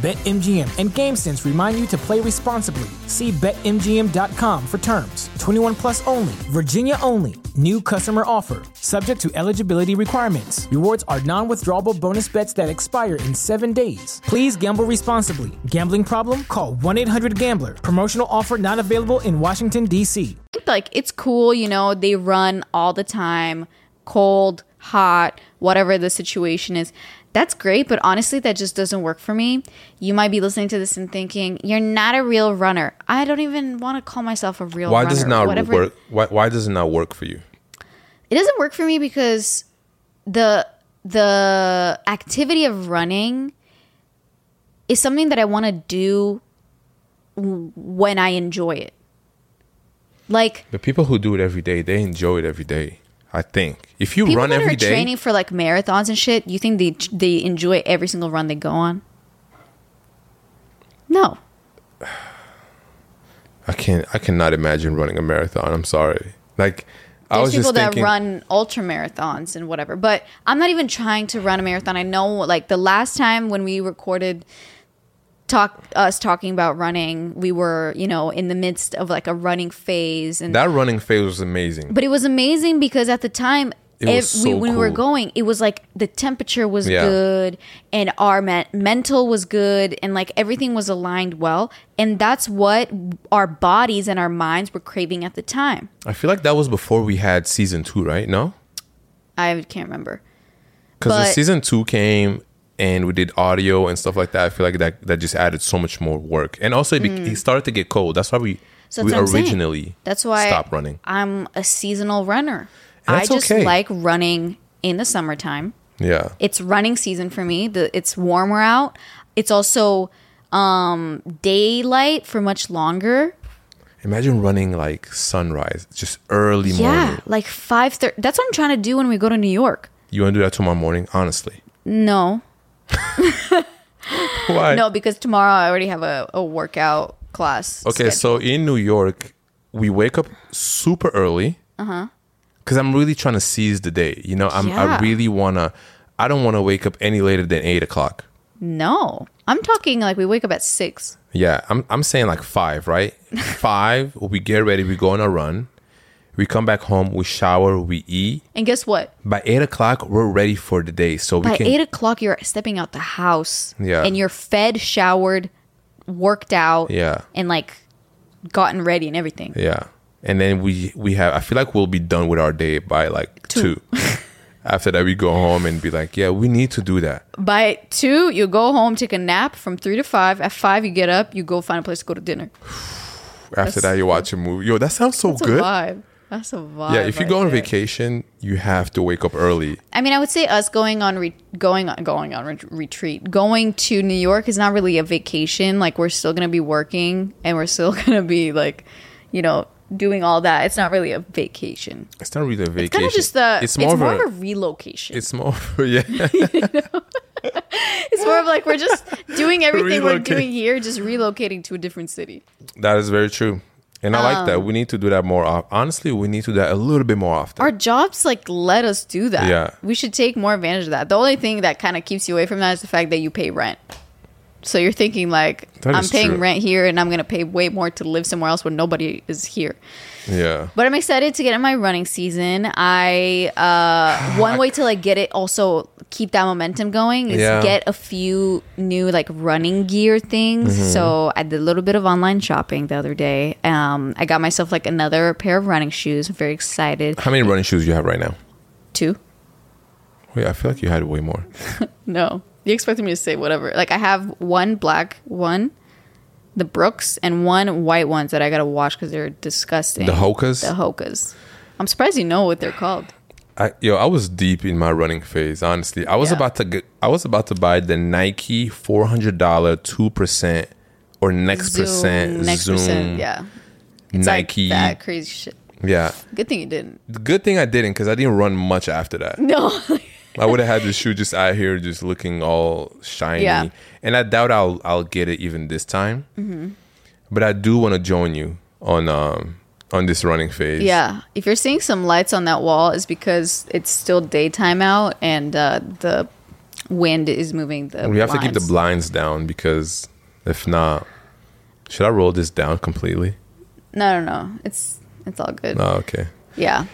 BetMGM and GameSense remind you to play responsibly. See BetMGM.com for terms. 21 plus only, Virginia only. New customer offer, subject to eligibility requirements. Rewards are non withdrawable bonus bets that expire in seven days. Please gamble responsibly. Gambling problem? Call 1 800 Gambler. Promotional offer not available in Washington, D.C.
think, like it's cool, you know, they run all the time, cold, hot, whatever the situation is. That's great, but honestly, that just doesn't work for me. You might be listening to this and thinking, you're not a real runner. I don't even want to call myself a real
Why
runner.
does it not
whatever.
work? Why, why does it not work for you?
It doesn't work for me because the the activity of running is something that I want to do w- when I enjoy it. Like
The people who do it every day, they enjoy it every day. I think if you
people
run
that
every
are
day,
training for like marathons and shit you think they they enjoy every single run they go on no
I can't. I cannot imagine running a marathon. I'm sorry. Like I
there's
was
people
just
that
thinking.
run ultra marathons and whatever but i'm not even trying to run a marathon i know like the last time when we recorded talk us talking about running we were you know in the midst of like a running phase and
that running phase was amazing.
but it was amazing because at the time
It was
ev- we,
so
when we were
cool.
going it was like the temperature was
Yeah.
good and our me- mental was good and like everything was aligned well and that's what our bodies and our minds were craving at the time
I feel like that was before we had season two, right? No,
i can't remember
because when
But-
season two came and we did audio and stuff like that. I feel like that that just added so much more work, and also it, be, it started to get cold. That's why we
Mm.
we
So that's what I'm saying.
originally
that's why
stopped running.
i'm a seasonal runner
And that's
i just
okay.
like running in the summertime
Yeah,
it's running season for me. The it's warmer out. It's also um daylight for much longer.
imagine running like sunrise, just early
Yeah,
morning.
like five thirty. That's what I'm trying to do when we go to New York.
You want to do that tomorrow morning? Honestly,
No,
Why?
No, because tomorrow I already have a, a workout class.
Okay,
scheduled.
so in New York, we wake up super early. Uh huh. Because I'm really trying to seize the day. You know, I'm, I
Uh-huh. Yeah.
really wanna. I don't want to wake up any later than eight o'clock.
no, I'm talking like we wake up at six.
Yeah, I'm I'm saying like five,
[laughs]
right? five. We get ready. We go on a run. We come back home. We shower. We eat.
And guess what?
By eight o'clock, we're ready for the day. So we
By
can.
eight o'clock, you're stepping out the house.
Yeah.
And you're fed, showered, worked out.
Yeah.
And like gotten ready and everything.
Yeah. And then we we have I feel like we'll be done with our day by like two.
Two. [laughs]
After that we go home and be like, yeah, we need to do that.
By two, you go home, take a nap from three to five. At five, you get up, you go find a place to go to dinner.
After
That's-
that you watch a movie. Yo, that sounds so
That's
good.
a vibe. That's a vibe.
Yeah, if you
right
go on
there.
vacation, you have to wake up early.
I mean, I would say us going on re- going on going on ret- retreat, going to New York is not really a vacation. Like we're still gonna be working and we're still [laughs] gonna be like, you know, doing all that. It's not really a vacation.
It's not really a vacation.
It's kind of just the.
It's more, of, a,
relocation. [laughs]
It's
It's,
more of a- [laughs] yeah.
more of like we're just
[laughs]
doing everything we're
Relocate.
doing here, just relocating to a different city.
that is very true. And I like
Um,
that. We need to do that more often. Honestly, we need to do that a little bit more often.
Our jobs like let us do that.
Yeah.
we should take more advantage of that. The only thing that kind of keeps you away from that is the fact that you pay rent. So you're thinking like
That
I'm
is
paying
true.
rent here, and I'm gonna pay way more to live somewhere else when nobody is here.
yeah.
But I'm excited to get in my running season. I
[sighs]
uh one way to like get it also keep that momentum going is
Yeah.
get a few new like running gear things.
Mm-hmm.
So I did a little bit of online shopping the other day. Um I got myself like another pair of running shoes. I'm very excited.
How many running shoes do you have right now?
Two?
Wait, I feel like you had way more.
No. You expected me to say whatever. Like I have one black one, the Brooks, and one white ones that I gotta wash because they're disgusting.
The Hokas?
The Hokas. I'm surprised you know what they're called.
I, yo, I was deep in my running phase. Honestly, I was
Yeah.
about to get, I was about to buy the Nike four hundred dollar two percent or next percent
next
Zoom
percent, yeah. It's like
Nike.
that crazy shit.
yeah,
Good thing you didn't. [laughs]
The good thing I didn't because I didn't run much after that.
No,
I would have had the shoe just out here, just looking all shiny.
Yeah.
And I doubt I'll I'll get it even this time.
Mm-hmm.
But I do want to join you on um on this running phase.
yeah. If you're seeing some lights on that wall, it's because it's still daytime out and uh, the wind is moving the.
we have to keep the
blinds.
blinds down because if not, should I roll this down completely?
no, no, no. It's it's all good.
Oh, okay.
Yeah.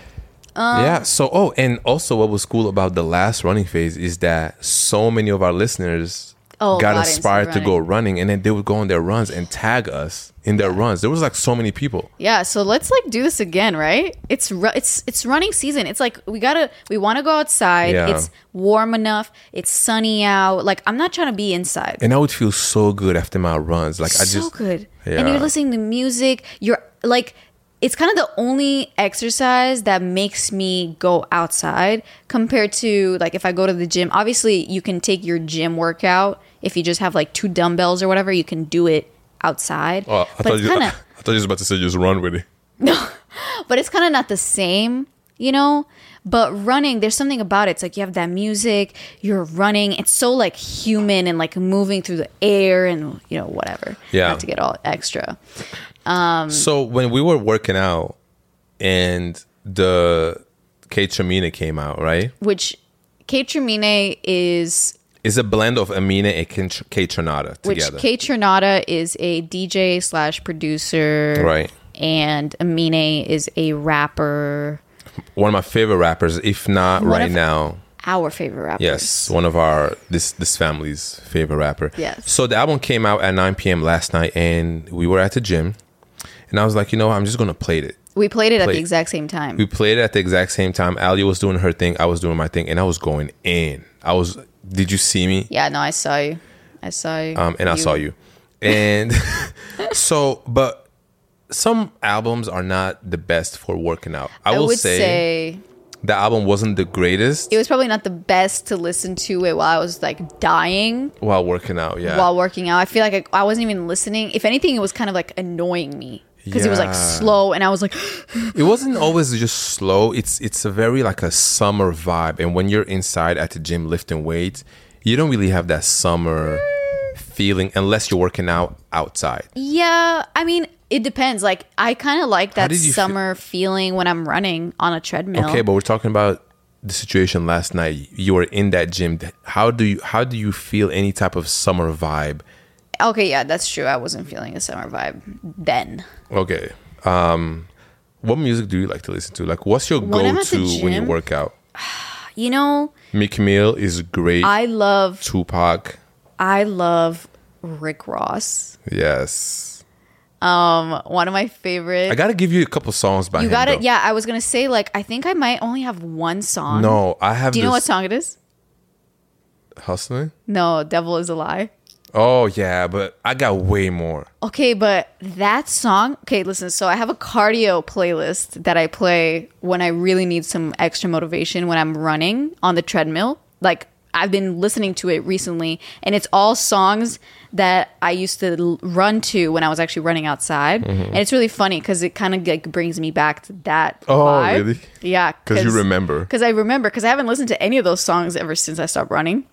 Um,
yeah. So, oh, and also, what was cool about the last running phase is that so many of our listeners
Oh,
got
got into
inspired to go
running.
running, and then they would go on their runs and tag us in their runs. There was like so many people.
Yeah, so let's like do this again, right? It's ru- it's it's running season. It's like we gotta we want to go outside.
Yeah.
It's warm enough. It's sunny out. Like I'm not trying to be inside.
And I would feel so good after my runs. Like I
so
just
good. And
Yeah.
you're listening to music. You're like, it's kind of the only exercise that makes me go outside compared to like if I go to the gym. Obviously, you can take your gym workout if you just have like two dumbbells or whatever. You can do it outside.
Oh, I
but
thought
it's
you. [laughs]
kind
I
of,
thought you was about to say just run with it.
but it's kind of not the same, you know. But running, there's something about it. It's like you have that music. You're running. It's so like human and like moving through the air and you know whatever.
Yeah.
Not to get all extra.
So when we were working out, and the Kate Chamina came out, right?
which Kate Tremine is,
It's a blend of Amina and Ken- Kate Tronada
which
together,
Kate Trinata is a DJ slash producer,
right?
And Amine is a rapper,
One of my favorite rappers, if not
One
right
of-
now.
our favorite rapper.
Yes, one of our this this family's favorite rapper.
Yes.
So the album came out at 9 p.m. last night, and we were at the gym, and I was like, you know, I'm just gonna play it.
we played it at
Played.
the exact same time.
We played it at the exact same time. Ali was doing her thing, I was doing my thing, and I was going in. I was. Did you see me?
yeah, no, I saw you, I saw you,
Um, and I saw you. And [laughs] so, but some albums are not the best for working out. I,
I,
will
would
say,
say
the album wasn't the greatest
it was probably not the best to listen to it while I was like dying
while working out. Yeah.
while working out. I feel like I, I wasn't even listening. If anything, it was kind of like annoying me because it was
Yeah.
like slow, and I was like. [gasps]
it wasn't always just slow it's it's a very like a summer vibe and when you're inside at the gym lifting weights you don't really have that summer feeling unless you're working out outside.
Yeah, I mean, it depends. Like, I kind of like that
did you fe-
summer feeling when I'm running on a treadmill.
Okay, but we're talking about the situation last night. You were in that gym. How do you how do you feel any type of summer vibe?
okay, yeah, that's true. I wasn't feeling a summer vibe then.
Okay. Um what music do you like to listen to? Like what's your
When I'm
go
at the
to when you
gym-
work out?
You know,
Mick Mill is great.
I love,
Tupac.
I love Rick Ross.
Yes.
One of my favorite.
I gotta give you a couple songs by
you
him,
got it.
though.
Yeah, I was gonna say like I think I might only have one song.
No, I have
Do you know what
this
song it is?
hustling.
No, "Devil Is a Lie."
Oh yeah, but I got way more.
Okay, but that song. Okay, listen. So I have a cardio playlist that I play when I really need some extra motivation when I'm running on the treadmill. Like I've been listening to it recently, and it's all songs that I used to l- run to when I was actually running outside.
Mm-hmm.
And it's really funny because it kind of like brings me back to that.
Oh,
vibe.
really?
Yeah,
'Cause you remember.
Because I remember. Because I haven't listened to any of those songs ever since I stopped running.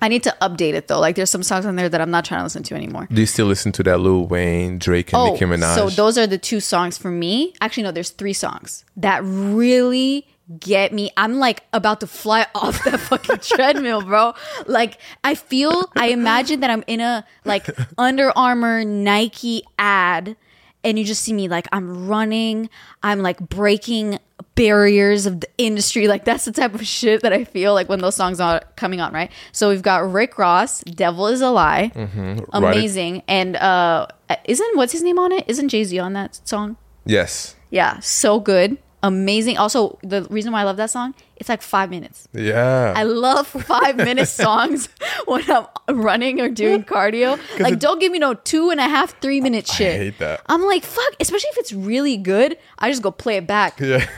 I need to update it though. Like there's some songs on there that I'm not trying to listen to anymore.
Do you still listen to that Lil Wayne, Drake, and Nicki Minaj?
Oh, So those are the two songs for me. Actually, no, there's three songs that really get me. I'm like about to fly [laughs] off that fucking treadmill, bro. Like I feel, I imagine that I'm in a like Under Armour Nike ad. And you just see me like I'm running, I'm like breaking barriers of the industry. [laughs] Like that's the type of shit that I feel like when those songs are coming on, right? So we've got Rick Ross, "Devil Is a Lie,"
Right.
amazing. And uh, isn't what's his name on it? Isn't Jay Z on that song?
yes.
Yeah, so good, amazing. Also, the reason why I love that song, it's like five minutes.
Yeah.
I love
[laughs]
five minute songs [laughs] when I'm running or doing cardio. Like, don't give me no two and a half, three minute shit.
hate that.
I'm like, fuck. Especially if it's really good, I just go play it
[laughs]
back.
yeah.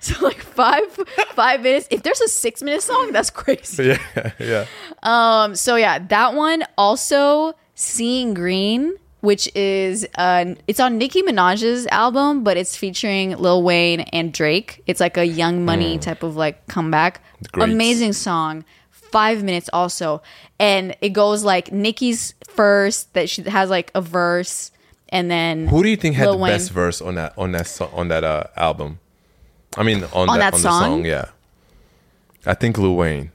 So like five, five minutes. If there's a six minute song, that's crazy.
yeah. [laughs] Yeah.
So yeah, that one also Seeing Green, which is uh it's on Nicki Minaj's album, but it's featuring Lil Wayne and Drake. It's like a Young
Hmm.
Money type of like comeback.
greats.
Amazing song. 5 minutes also. And it goes like Nicki's first that she has like a verse and then
Who do you think had
Lil
the
Wayne.
best verse on that on that so- on that uh, album? I mean, on,
On
that,
that
on
song?
the song, yeah. I think Lil Wayne.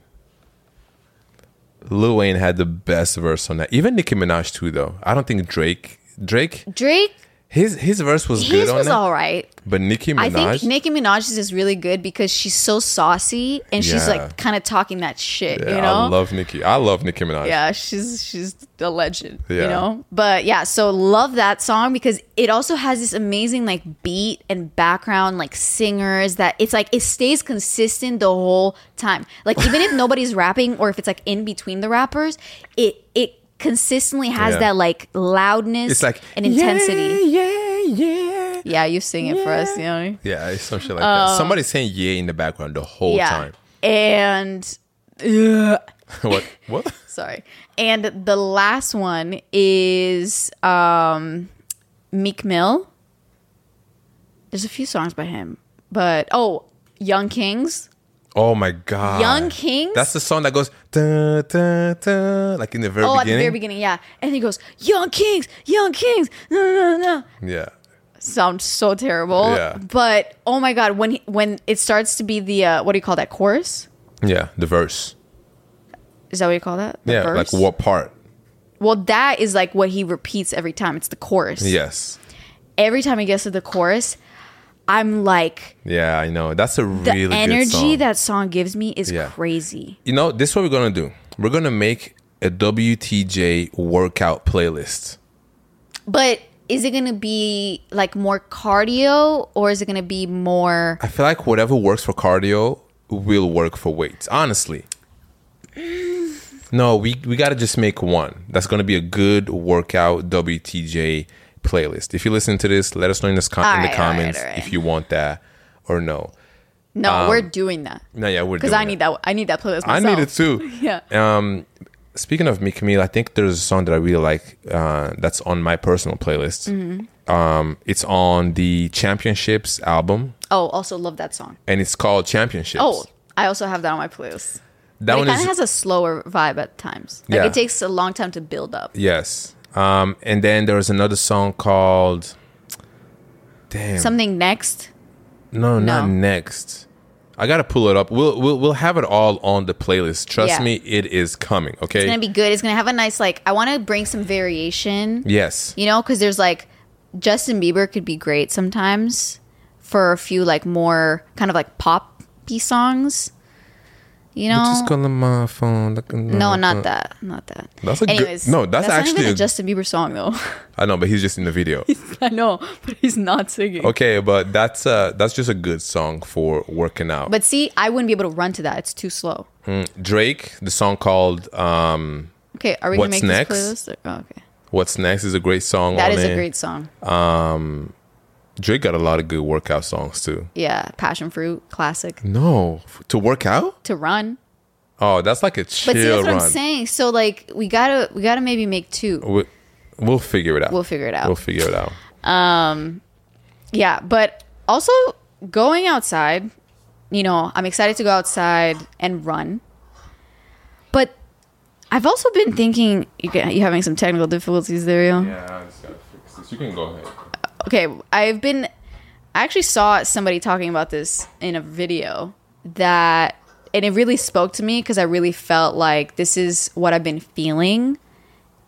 Lil Wayne had the best verse on that. Even Nicki Minaj too, though. I don't think Drake. Drake,
Drake
his his verse was good
his
on
was
that,
all right.
but Nicki
I
Minaj.
think Nicki Minaj's is really good because she's so saucy and she's
Yeah.
like kind of talking that shit,
yeah,
you know?
I love Nicki. I love Nicki Minaj.
yeah she's she's a legend
Yeah.
you know but yeah so love that song because it also has this amazing like beat and background like singers that it's like it stays consistent the whole time like
[laughs]
even if nobody's rapping or if it's like in between the rappers it it consistently has
Yeah.
that like loudness
It's like
and intensity
Yeah, yeah, yeah.
yeah you sing it for us you know
Yeah, it's some shit like that. Somebody's saying "yeah" in the background the whole
Um, yeah
time. [laughs]
and Ugh.
what? What?
sorry. And the last one is um Meek Mill. There's a few songs by him, but oh, Young Kings.
Oh my god.
Young Kings?
That's the song that goes da, da, da, like in the very
Oh, at the
beginning.
very beginning, yeah. And he goes, "Young Kings, Young Kings." No, no, no, no.
yeah.
Sounds so terrible.
Yeah.
But oh my god, when he, when it starts to be the uh, what do you call that chorus?
Yeah, the verse.
Is that what you call that? The
yeah,
verse?
like what part?
Well, that is like what he repeats every time. It's the chorus.
Yes.
Every time he gets to the chorus, I'm like,
Yeah, I know. That's a
the
really
energy
good song.
that song gives me is
Yeah.
crazy.
you know, this is what we're gonna do. We're gonna make a WTJ workout playlist.
But is it going to be like more cardio or is it going to be more
I feel like whatever works for cardio will work for weights. Honestly. No, we, we gotta just make one. That's gonna be a good workout WTJ playlist. If you listen to this, let us know in, this com- in the
Alright, alright,
comments
alright.
if you want that or no.
No, we're doing that.
No, yeah, we're
Cuz
Um, doing
I need
it.
that I need that playlist
I
myself.
need it too.
[laughs] Yeah.
Speaking of Meek Mill, I think there's a song that I really like uh, that's on my personal playlist.
Mm-hmm.
Um, it's on the Championships album,
oh, also love that song.
and it's called Championships.
Oh, I also have that on my playlist.
That
Oh, But it
one
kind
is
of has a slower vibe at times. Like
Yeah.
it takes a long time to build up.
yes. Um, and then there was another song called Damn.
Something next.
No, not
No.
next. I gotta pull it up. We'll we'll we'll have it all on the playlist. Trust
Yeah.
me, it is coming.
It's
Okay.
gonna be good. It's gonna have a nice like. I want to bring some variation.
yes.
You know, because there's like Justin Bieber could be great sometimes for a few like more kind of like poppy songs. You know,
But just calling my phone. like,
no,
uh,
not that, not that.
That's a good-
Anyways,
no, that's
not
actually
even
a-
a Justin Bieber song though. [laughs]
I know, but he's just in the video.
I know, but he's not singing.
okay, but that's uh that's just a good song for working out. Mm,
But see, I wouldn't be able to run to that. It's too slow.
Drake, the song called um
Okay, are we
What's
gonna make
next?
this playlist? Or- oh, okay,
"What's Next" is a great song.
that
on
is
it.
a great song.
Drake got a lot of good workout songs too.
Yeah, passion fruit, classic.
No, f- to work out?
To run,
Oh, that's like a chill
but see, that's what
run.
I'm saying. So like, we gotta, we gotta maybe make two.
We, we'll figure it out.
We'll figure it out.
We'll figure it out.
Yeah, but also going outside, you know, I'm excited to go outside and run. But I've also been thinking you get- you having some technical difficulties there, yo.
Yeah, I just gotta fix this. You can go ahead.
Okay, I've been I actually saw somebody talking about this in a video that and it really spoke to me cuz I really felt like this is what I've been feeling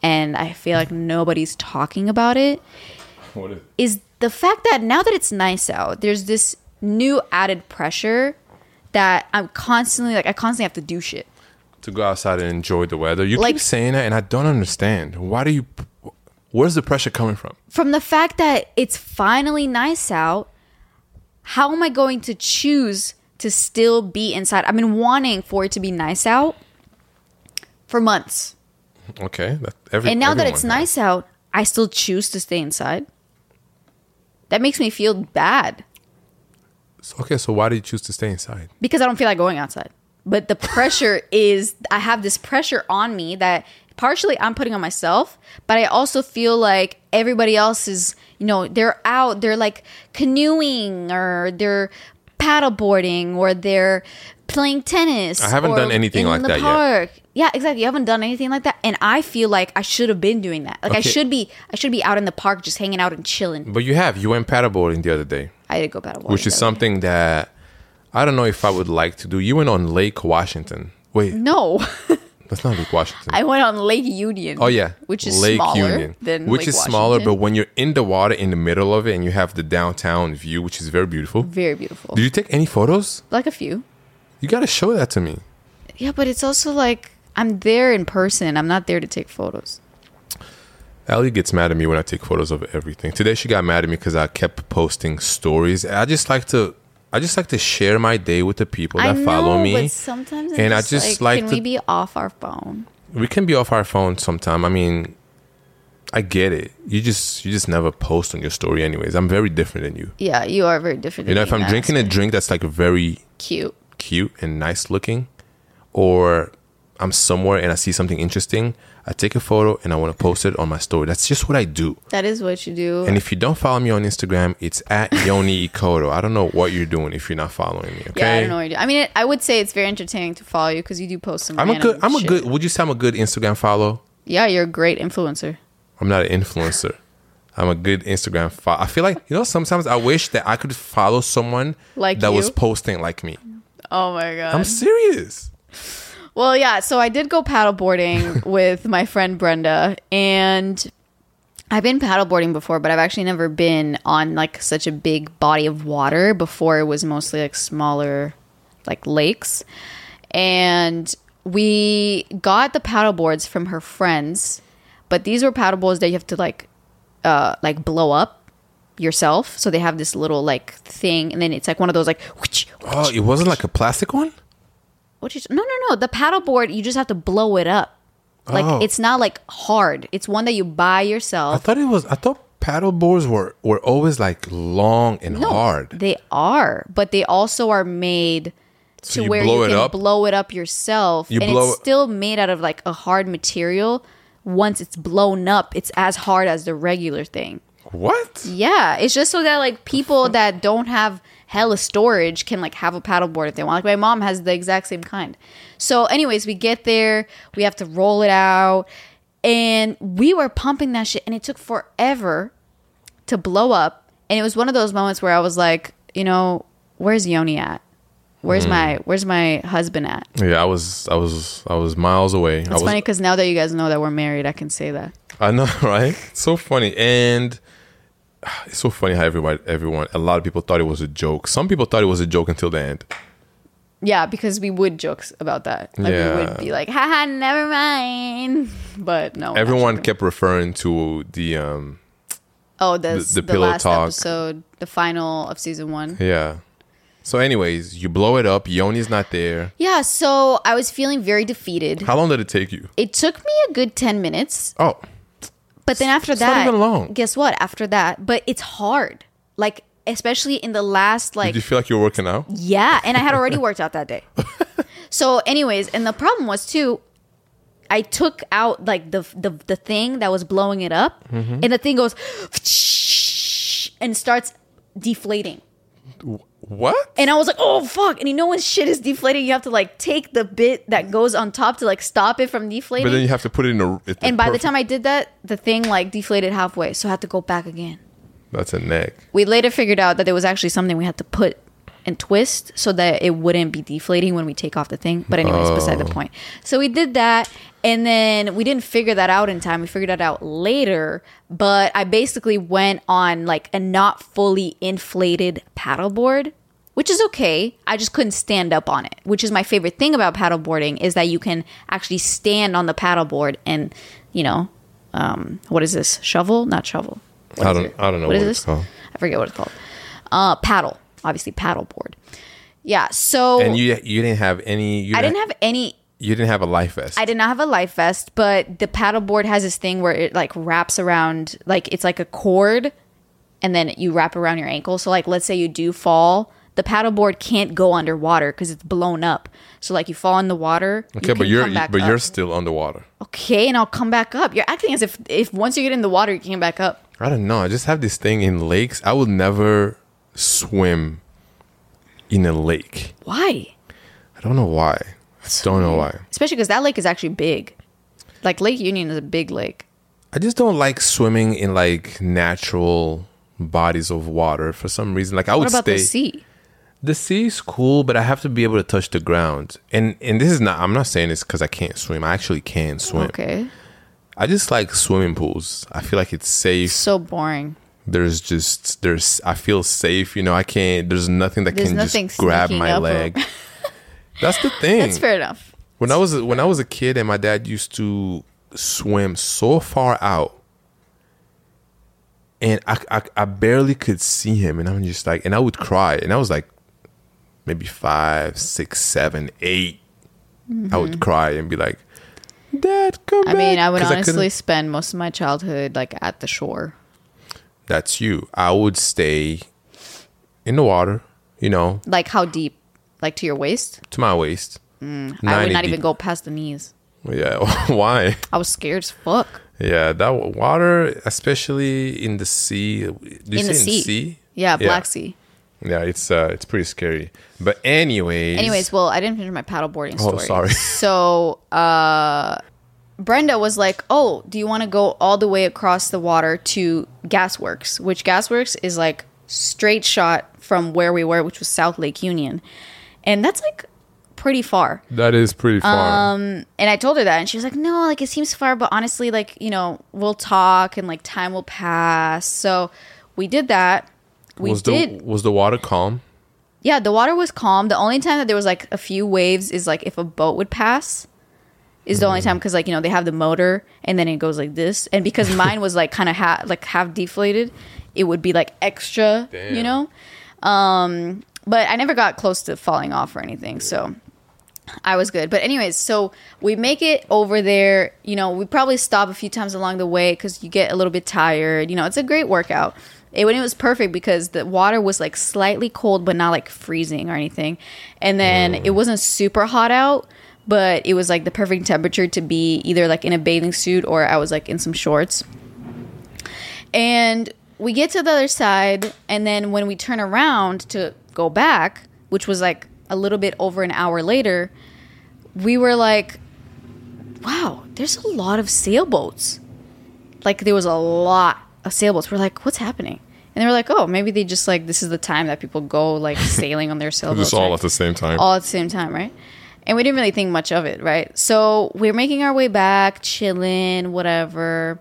and I feel like nobody's talking about it
What is?
is the fact that now that it's nice out, there's this new added pressure that I'm constantly like I constantly have to do shit.
To go outside and enjoy the weather. You
Like-
keep saying that, and I don't understand. Why do you? Where's the pressure coming from?
From the fact that it's finally nice out, how am I going to choose to still be inside? I've been wanting for it to be nice out for months.
Okay, that, every,
And now that it's
everyone has.
nice out, I still choose to stay inside. That makes me feel bad
So- Okay, so why do you choose to stay inside?
because I don't feel like going outside. But the pressure is I have this pressure on me that partially I'm putting on myself, but I also feel like everybody else is, you know, they're out, they're like canoeing or they're paddleboarding or they're playing tennis.
I haven't
or
done anything
in
like
the
that yet.
park. Yeah, exactly. You haven't done anything like that, and I feel like I should have been doing that. Like I
Okay.
should be, I should be out in the park just hanging out and chilling.
But you have. You went paddleboarding the other day.
I did go paddleboarding,
which is
though.
something that I don't know if I would like to do. You went on Lake Washington. Wait,
No, [laughs]
that's not Lake Washington.
I went on Lake Union.
oh yeah,
which is smaller than
which
Lake
is smaller. But
Washington.
when you're in the water in the middle of it and you have the downtown view, which is very beautiful.
very beautiful.
Did you take any photos?
like a few.
You gotta show that to me.
Yeah, but it's also like I'm there in person. I'm not there to take photos.
Ellie gets mad at me when I take photos of everything. Today she got mad at me because I kept posting stories. I just like to, I just like to share my day with the people that
I know,
follow me.
but sometimes I'm
and I
just
just like
like, can
to-
we be off our phone?
we can be off our phone sometime. I mean, I get it. You just you just never post on your story, anyways. I'm very different than you.
Yeah, you are very different.
You know,
than
if
me,
I'm
Max.
drinking a drink that's like very
cute,
cute and nice looking, or I'm somewhere and I see something interesting, I take a photo and I want to post it on my story. That's just what I do.
that is what you do.
And if you don't follow me on Instagram, it's at Yoni Ikoto. I don't know what you're doing if you're not following me. Okay.
yeah, I don't know what you do. I mean, it, I would say it's very entertaining to follow you because you do post some.
I'm a
random
good. I'm a
shit.
good. Would you say I'm a good Instagram follow?
Yeah, you're a great influencer.
I'm not an influencer. I'm a good Instagram follow. I feel like you know sometimes I wish that I could follow someone
Like
that was
you?
posting like me.
Oh my god.
I'm serious.
Well, yeah, so I did go paddleboarding with my friend Brenda and I've been paddleboarding before, but I've actually never been on like such a big body of water before. It was mostly like smaller like lakes. And we got the paddleboards from her friends, but these were paddleboards that you have to like uh like blow up yourself. So they have this little like thing and then it's like one of those like
Oh, it wasn't like a plastic one.
what you no no no the paddleboard you just have to blow it up like
Oh.
it's not like hard it's one that you buy
I
yourself
thought it was. I thought paddle boards were were always like long and
no,
hard.
they are but they also are made to
you
where
blow
you
it
can
up?
blow it up yourself
You
and
blow-
it's still made out of like a hard material once it's blown up it's as hard as the regular thing
What?
yeah it's just so that like people that don't have hella storage can like have a paddleboard if they want. Like my mom has the exact same kind. So, anyways, we get there, we have to roll it out, and we were pumping that shit, and it took forever to blow up. And it was one of those moments where I was like, you know, where's Yoni at? Where's my where's my husband at?
Yeah, I was, I was, I was miles away. I
It's
was,
funny because now that you guys know that we're married, I can say that.
I know, [laughs] right? It's so funny, and [sighs] it's so funny how everyone, everyone, a lot of people thought it was a joke. Some people thought it was a joke until the end.
Yeah, because we would jokes about that. Like we
Yeah.
would be like, haha, never mind. [laughs] But no.
Everyone
actually.
kept referring to the, um,
Oh, this,
the
the,
pillow
last
talk.
episode, the final of season one.
yeah. So, anyways, you blow it up. Yoni's not there.
Yeah, so I was feeling very defeated.
How long did it take you?
It took me a good 10 minutes,
Oh,
but then after
it's not
that,
even long.
guess what? After that, but it's hard. Like, especially in the last, like,
did you feel like you were working out?
Yeah, and I had already worked
[laughs]
out that day. so, anyways, and the problem was too. I took out like the the, the thing that was blowing it up,
Mm-hmm.
and the thing goes [sniffs] and starts deflating.
What?
And I was like, "Oh fuck!" And you know when shit is deflating, you have to like take the bit that goes on top to like stop it from deflating.
But then you have to put it in a. It,
and by the time I did that, the thing like deflated halfway, so I had to go back again.
that's a neck.
We later figured out that there was actually something we had to put and twist so that it wouldn't be deflating when we take off the thing. But anyways, beside the point. So we did that and then we didn't figure that out in time. We figured that out later, but I basically went on like a not fully inflated paddleboard, which is okay. I just couldn't stand up on it, which is my favorite thing about paddleboarding is that you can actually stand on the paddleboard and, you know, um, what is this? Shovel? Not shovel. What
I
is
don't-
it?
I don't know what
is
it's
this?
called.
I forget what it's called. Uh, paddle, obviously paddleboard. Yeah. So
And you you didn't have any. You
Oh. I didn't have any.
You didn't have a life vest.
I did not have a life vest, but the paddleboard has this thing where it like wraps around, like it's like a cord, and then you wrap around your ankle. So like, let's say you do fall, the paddleboard can't go underwater because it's blown up. So like, you fall in the water. you
okay, but
can
you're
come back
but you're
up.
still underwater.
okay, and I'll come back up. You're acting as if if once you get in the water, you came back up.
I don't know. I just have this thing in lakes. I will never swim in a lake.
Why?
I don't know why. I don't know why.
especially because that lake is actually big. Like Lake Union is a big lake.
I just don't like swimming in like natural bodies of water for some reason. Like I
What
would
about
stay.
the sea?
The sea is cool, but I have to be able to touch the ground. And and this is not. I'm not saying this because I can't swim. I actually can swim.
Okay,
I just like swimming pools. I feel like it's safe.
so boring.
There's just there's. I feel safe. You know, I can't. There's nothing that
There's
can
nothing
just grab
sneaking
my
up or-
leg. [laughs] That's
[laughs]
the thing.
That's fair enough.
When I was a- when I was a kid and my dad used to swim so far out, and I, I I barely could see him, and I'm just like, and I would cry, and I was like, maybe five, six, seven, eight. I would cry and be like, Dad, come
Mm-hmm. I mean,
back,"
I would
'cause couldn't-
honestly spend most of my childhood like at the shore.
that's you. I would stay in the water, you know,
Like how deep? Like to your waist?
to my waist.
Mm.
90
I would not
deep.
even go past the knees.
[laughs] Yeah, why?
I was scared as fuck.
Yeah, that wa- water, especially in the sea. Do you say
in the sea. Yeah, Black Sea.
Yeah, it's uh, it's pretty scary. But anyways,
Anyways, well, I didn't finish my paddleboarding
Oh,
story.
sorry.
[laughs] So, uh, Brenda was like, "Oh, do you want to go all the way across the water to Gasworks, which Gasworks is like straight shot from where we were, which was South Lake Union, and that's like pretty far."
that is pretty far. Um,
and I told her that, and she was like, "No, like it seems far, but honestly, like you know, we'll talk and like time will pass." So we did that. We
was
did.
the was the water calm?
Yeah, the water was calm. The only time that there was like a few waves is like if a boat would pass. Is the only time because like you know they have the motor and then it goes like this and because mine was like kind of ha- like half deflated, it would be like extra,
Damn.
you know. Um, but I never got close to falling off or anything, so I was good. But anyways, so we make it over there. You know, we probably stop a few times along the way because you get a little bit tired. You know, it's a great workout. It, when it was perfect because the water was like slightly cold, but not like freezing or anything. And then it wasn't super hot out, but it was like the perfect temperature to be either like in a bathing suit or I was like in some shorts. And we get to the other side, and then when we turn around to go back, which was like a little bit over an hour later, we were like, wow, there's a lot of sailboats. Like there was a lot of sailboats. We're like, what's happening? And they were like, oh, maybe they just like this is the time that people go like sailing on their sailboats.
Just all
right?
at the same time.
all at the same time, right? And we didn't really think much of it, right? So we're making our way back, chilling, whatever.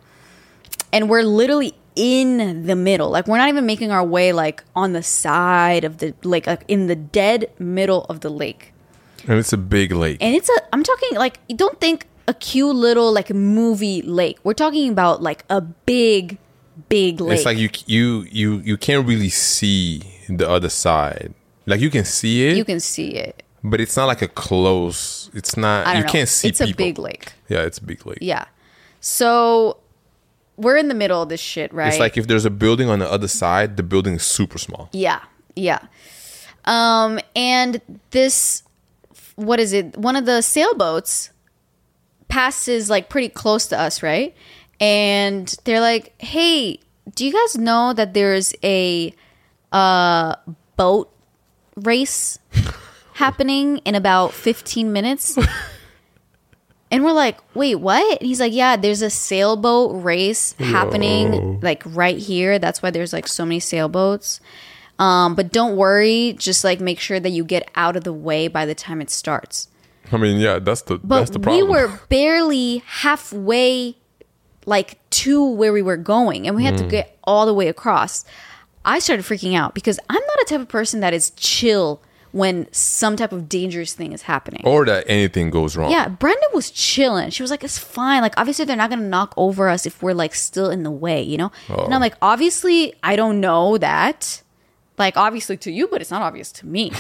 And we're literally in the middle. Like we're not even making our way like on the side of the lake, like in the dead middle of the lake.
and it's a big lake.
And it's a I'm talking like you don't think a cute little like movie lake. We're talking about like a big big lake.
It's like you you you you can't really see the other side. Like you can see it,
you can see it.
but it's not like a close. It's not.
I don't
you
know.
can't see.
it's
people.
a big lake.
Yeah, it's a big lake.
Yeah. So we're in the middle of this shit, right?
It's like if there's a building on the other side, the building is super small.
yeah, yeah. Um, and this, what is it? One of the sailboats passes like pretty close to us, right? And they're like, "Hey, do you guys know that there's a uh boat race happening in about 15 minutes?" And we're like, wait, what? And he's like, yeah, there's a sailboat race happening like right here. That's why there's like so many sailboats. Um, but don't worry, just like make sure that you get out of the way by the time it starts.
I mean, yeah, that's the that's
But
the
we
problem.
were barely halfway like to where we were going and we
Mm.
had to get all the way across. I started freaking out because I'm not a type of person that is chill when some type of dangerous thing is happening.
Or that anything goes wrong.
Yeah, Brenda was chilling. She was like, "It's fine. Like, obviously, they're not gonna knock over us if we're like still in the way, you know." And I'm like, obviously, I don't know that. Like, obviously to you, but it's not obvious to me.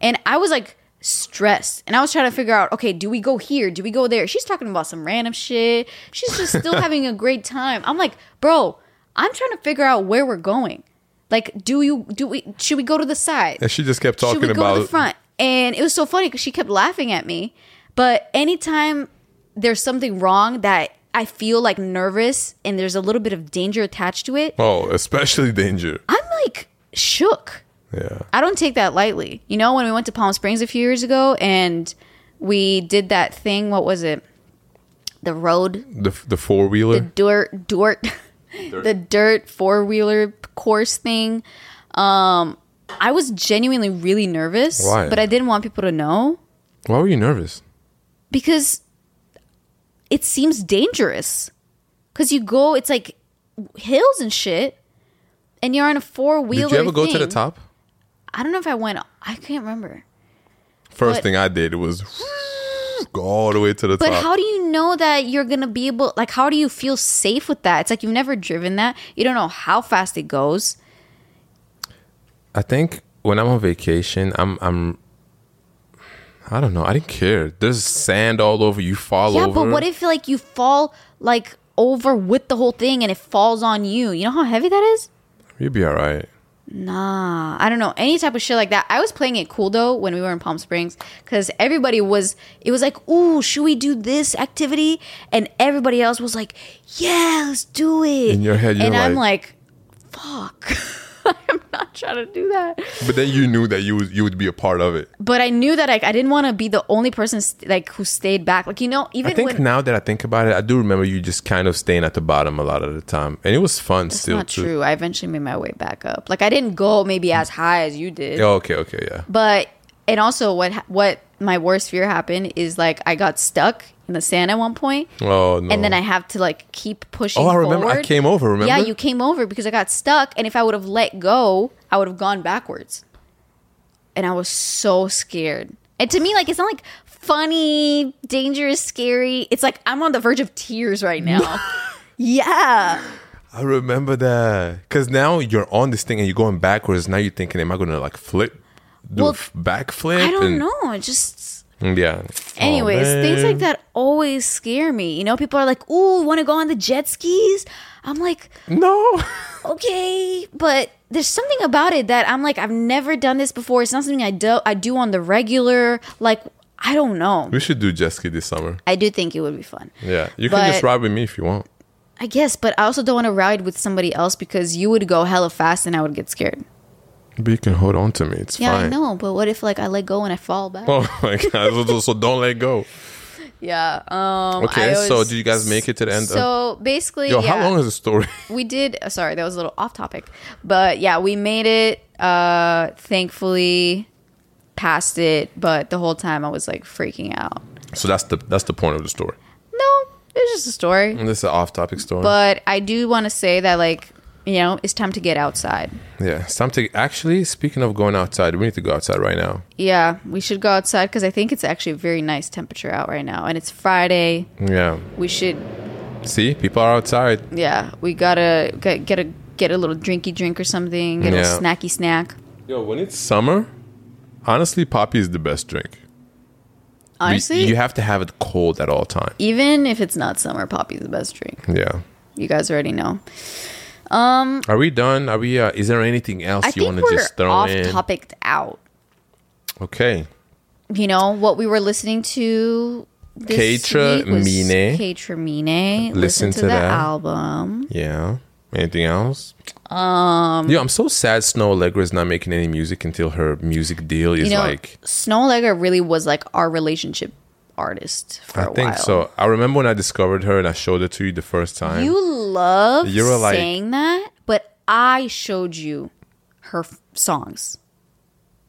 and I was like stressed, and I was trying to figure out, okay, do we go here? Do we go there? She's talking about some random shit. She's just still having a great time. I'm like, bro, I'm trying to figure out where we're going. Like, do you do we should we go to the side?
And she just kept
should we
talking
go
about
to the front? And it was so funny because she kept laughing at me. But anytime there's something wrong that I feel like nervous and there's a little bit of danger attached to it,
oh, especially danger.
I'm like shook.
Yeah.
I don't take that lightly. You know, when we went to Palm Springs a few years ago and we did that thing, what was it? The road
the the four wheeler.
dirt dirt [laughs] the dirt four wheeler course thing. Um, I was genuinely really nervous,
Why?
but I didn't want people to know
Why were you nervous?
because it seems dangerous. Because you go, it's like hills and shit, and you're on a four wheeler.
Did you ever go to the top?
I don't know if I went. I can't remember.
First
But-
thing I did
[laughs]
was go all the way to the
But
top.
how do you know that you're gonna be able? Like, how do you feel safe with that? It's like you've never driven that. You don't know how fast it goes.
I think when I'm on vacation, I'm I'm. I don't know. I didn't care. There's sand all over. You fall
Yeah,
over.
but what if like you fall like over with the whole thing and it falls on you? You know how heavy that is?
You'd be all right.
Nah, Ah, I don't know any type of shit like that. I was playing it cool though when we were in Palm Springs because everybody was. It was like, ooh, should we do this activity? And everybody else was like, yeah, let's do it.
In your head, you're
and I'm like, fuck. [laughs] I'm not trying to do that.
but then you knew that you was, you would be a part of it.
But I knew that like I didn't want to be the only person st- like who stayed back. Like you know, even
I think
when
now that I think about it, I do remember you just kind of staying at the bottom a lot of the time, and it was fun
It's
still.
not
too.
true. I eventually made my way back up. Like I didn't go maybe as high as you did,
Yeah, okay, okay, yeah.
but and also what ha- what my worst fear happened is like I got stuck in the sand at one point,
Oh no.
and then I have to like keep pushing.
Oh, I remember. I
forward.
came over. Remember?
Yeah, you came over because I got stuck, and if I would have let go, I would have gone backwards. And I was so scared. And to me, like it's not like funny, dangerous, scary. It's like I'm on the verge of tears right
[laughs]
now. yeah.
I remember that because now you're on this thing and you're going backwards. Now you're thinking, am I gonna like flip, do
Well,
a f- backflip?
I don't
and-
know. It just
Yeah.
Anyways, things like
that.
that always scare me. You know, people are like, "Ooh, want to go on the jet skis?" I'm like,
No. [laughs]
"Okay," but there's something about it that I'm like, I've never done this before. It's not something I do I do on the regular. Like, I don't know.
We should do jet ski this summer.
I do think it would be fun.
Yeah. You can just
But-
ride with me if you want.
I guess, but I also don't want to ride with somebody else because you would go hella fast and I would get scared.
But you can hold on to me. It's
Yeah,
[laughs]
I
fine.
know, but what if like I let go and I fall back?
Oh my god! So, so don't let
[laughs]
go.
Yeah. Um,
Okay,
I
so
always-
do you guys make it to the end? of-
So basically,
Yo,
yeah,
how long is the
[laughs]
story?
we did. uh, Sorry, that was a little off topic, but yeah, we made it. Uh, thankfully, past it, but the whole time I was like freaking out.
So that's the that's the point of the story.
No, it's just a
Mm.
story.
And this is an off-topic story.
But I do want to say that like you know it's time to get outside.
yeah.
It's time to actually speaking of going outside, we need to go outside right now.
Yeah, we should go outside because I think it's actually a very nice temperature out right now, and it's Friday.
Yeah.
We should
See, people are outside.
yeah, we gotta get, get a get a little drinky drink or something, get a
Yeah.
little snacky snack.
Yo, when it's
Summer, honestly, poppy is the best drink.
Honestly,
you have to have it cold at all time.
even if it's not summer, poppy's the best drink.
Yeah.
You guys already know.
Are we done? Are we? Uh, is there anything else
I
you
think
want to
we're
just throw
off
in?
topic out.
Okay.
You know what we were listening to. This
Keitra
week was
Mine.
Keitra Mine. Listen, to,
to
the
that.
album.
Yeah. Anything else? Um. Yo, I'm so sad. Snow Allegra is not making any music until her music deal is
You know,
like.
Snow Allegra really was like our relationship artist for
I
a
think
while.
so. I remember when I discovered her and I showed it to you the first time.
You love
You were like-
saying that, but I showed you her f- songs.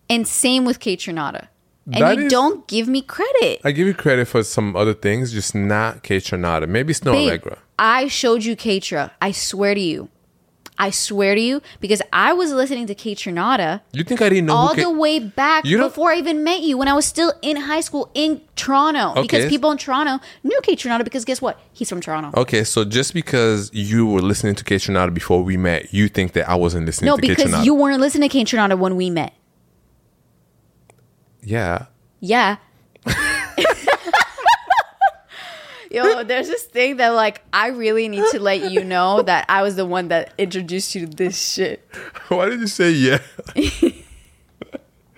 And same with Kate Trinata. And
That
you
is-
don't give me credit.
I give you credit for some other things, just not Kate Trinata. Maybe Snow
Babe,
Allegra.
I showed you Keitra. I swear to you. I swear to you because I was listening to Kate Trinata
You think I didn't know?
all
who Kate-
the way back
You don't-
before I even met you when I was still in high school in Toronto because
Okay.
people in Toronto knew Kate Trinata because guess what? He's from Toronto.
Okay, so just because you were listening to Kate Trinata before we met, you think that I wasn't listening
no,
to Kate Trinata?
because you weren't listening to Kate Trinata when we met.
yeah. [laughs]
Yeah. [laughs] Yo, there's this thing that like I really need to let you know that I was the one that introduced you to this shit.
Why did you say
[laughs]
yeah?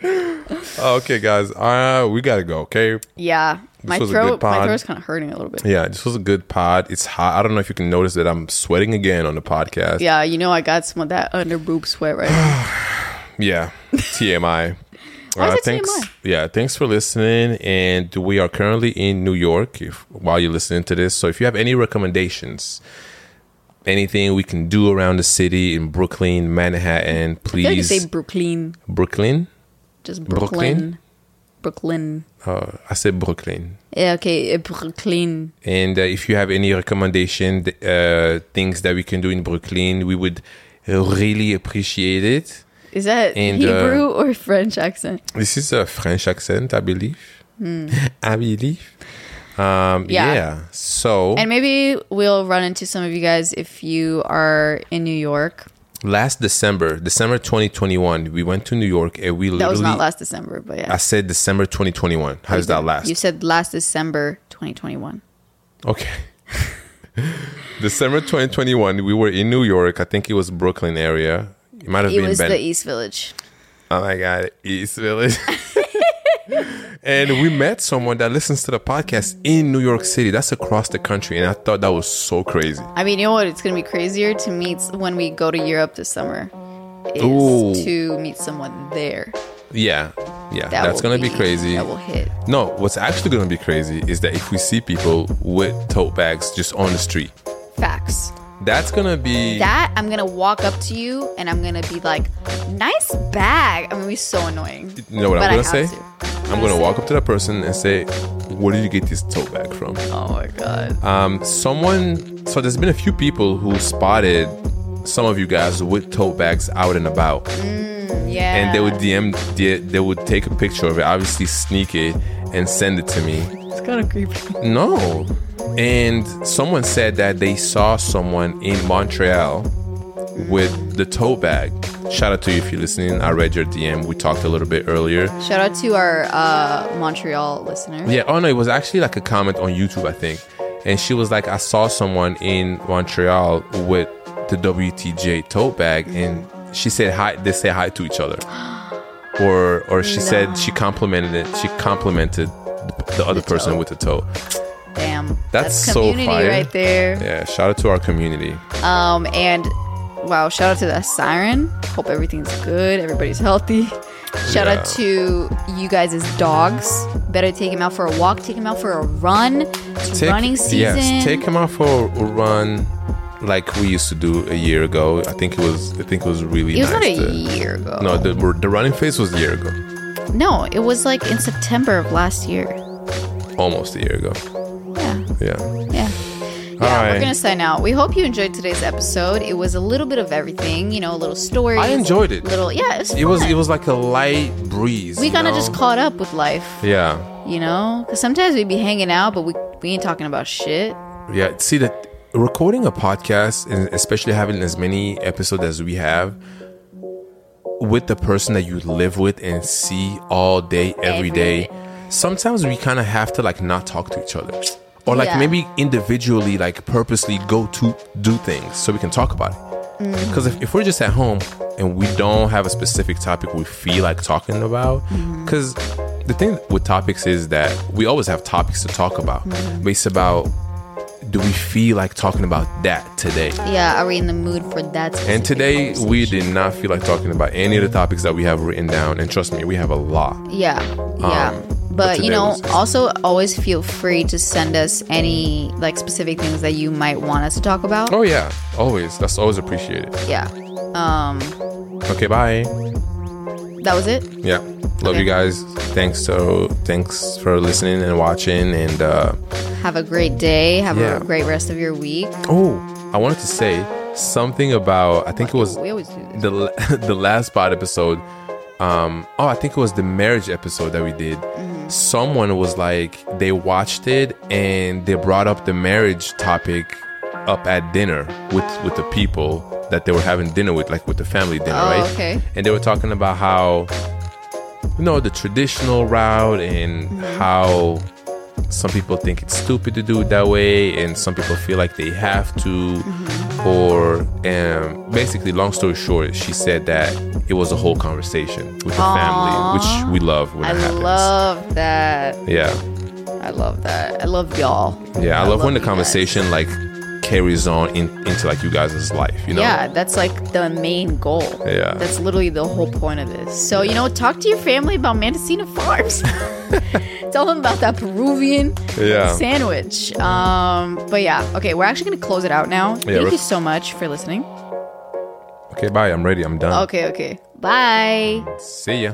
[laughs] Okay, guys, uh, we gotta go. Okay.
Yeah. my
was a
throat
good pod.
my throat's kinda hurting a little bit. Yeah.
Yeah, this was a good pod. It's hot. I don't know if you can notice that I'm sweating again on the podcast.
you know I got some of that under boob sweat right now. [laughs]
Yeah. TMI.
is it
Uh, thanks.
TMI?
Yeah, thanks for listening. And we are currently in New York if, while you're listening to this. So if you have any recommendations, anything we can do around the city in Brooklyn, Manhattan,
I feel like you say
please.
Brooklyn.
Brooklyn.
Just
Brooklyn?
Brooklyn. Brooklyn.
Uh, I said Brooklyn.
Yeah, okay, eh, Brooklyn.
And uh, if you have any recommendation, th- uh, things that we can do in Brooklyn, we would really appreciate it.
Is that
And, uh,
Hebrew or French accent?
This is a French accent, I believe. I believe. Um, yeah.
Hmm. Yeah.
So
And maybe we'll run into some of you guys if you are in New York.
last December, December 2021, we went to New York and we
That
literally.
was not last December, but yeah.
I said December 2021. How's that last?
You said last December 2021.
Okay. [laughs] December 2021, we were in New York. I think it was Brooklyn area. It might have
It
been
was
Ben.
the East Village.
Oh my God, East
[laughs]
Village. and we met someone that listens to the podcast in New York City. That's across the country. And I thought that was so crazy.
I mean, you know what? It's going to be crazier to meet when we go to Europe this summer. Is
Ooh.
to meet someone there.
Yeah. Yeah.
That
that's
will
going to be, crazy.
That will hit.
No, what's actually going to be crazy is that if we see people with tote bags just on the street,
Facts.
that's going to be.
That I'm gonna walk up to you and I'm gonna be like, "Nice bag." I'm gonna be so annoying.
you know what
But I
I'm going to
have
say?
to.
I'm going to walk up to that person and say, Where did you get this tote bag from?
Oh my god.
Um, someone, so there's been a few people who spotted some of you guys with tote bags out and about,
yeah.
and they would DM, they, they would take a picture of it, obviously sneak it, and send it to me.
It's kind of creepy.
No. And someone said that they saw someone in Montreal with the tote bag. Shout out to you if you're listening. I read your DM. We talked a little bit earlier.
Shout out to our uh, Montreal listener.
Yeah, oh no, it was actually like a comment on YouTube, I think. And she was like, I saw someone in Montreal with the WTJ tote bag and she said hi they say hi to each other.
[gasps]
Or or she said she complimented it. She complimented the other person
tote.
with the tote.
Damn.
That's so
community
fire.
right there.
Yeah, shout out to our community.
Um, and Wow, shout out to that siren. Hope everything's good. Everybody's healthy. Shout out to you guys' dogs. Better take him out for a walk. Take him out for a run. It's running season.
Yes, take him out for a run, like we used to do a year ago. I think it was. I think it was really.
It was
nice
not a
to-
year ago.
No, the the running phase was a year ago,
No, it was like in September of last year.
almost a year ago.
Yeah.
Yeah.
Yeah. Yeah,
right.
we're gonna sign out. We hope you enjoyed today's episode. It was a little bit of everything, you know, a little story.
I enjoyed it.
Little, yeah, it was.
It was
fun.
it was like a light breeze.
We
you
kind of
know?
just caught up with life,
Yeah,
you know, because sometimes we'd be hanging out, but we we ain't talking about shit.
yeah. See that recording a podcast and especially having as many episodes as we have with the person that you live with and see all day every
Every
day.
day.
Sometimes we kind of have to like not talk to each other. Or like
Yeah.
maybe individually, like purposely go to do things so we can talk about it. Because if, if we're just at home and we don't have a specific topic we feel like talking about, because the thing with topics is that we always have topics to talk about. But it's about do we feel like talking about that today?
Yeah, are we in the mood for that?
And
specific
today we
conversation?
did not feel like talking about any of the topics that we have written down. And trust me, we have a lot.
Yeah, yeah.
Um, but
But,
today
you know,
was-
also always feel free to send us any like specific things that you might want us to talk about.
Oh yeah, always. That's always appreciated.
Yeah. Um,
Okay, bye.
that was it.
Yeah, love
Okay.
you guys. Thanks so thanks for listening and watching. And uh,
Have a great day. Have
Yeah.
a great rest of your week.
oh, I wanted to say something about I think it was
We always do this.
the [laughs] la- the last pod episode um oh i think it was the marriage episode that we did
Mm-hmm.
someone was like they watched it and they brought up the marriage topic up at dinner with with the people that they were having dinner with like with the family dinner
Oh,
right
okay.
and they were talking about how you know the traditional route and
Mm-hmm.
how some people think it's stupid to do it that way and some people feel like they have to
Mm-hmm.
or um, basically long story short she said that it was a whole conversation with the family which we love when
I
it happens
love that.
yeah
I love that. I love y'all.
yeah i, love, when the
you guys.
conversation like carries on in, into like you guys' life you know
Yeah, that's like the main goal.
Yeah.
That's literally the whole point of this. So, you know, talk to your family about Mendocino
[laughs]
Farms. [laughs] Tell them about that Peruvian
Yeah.
sandwich. Um, but yeah, okay, we're actually going to close it out now. Thank
we're-
you so much for listening.
okay bye i'm ready i'm done
Okay, okay. Bye.
see ya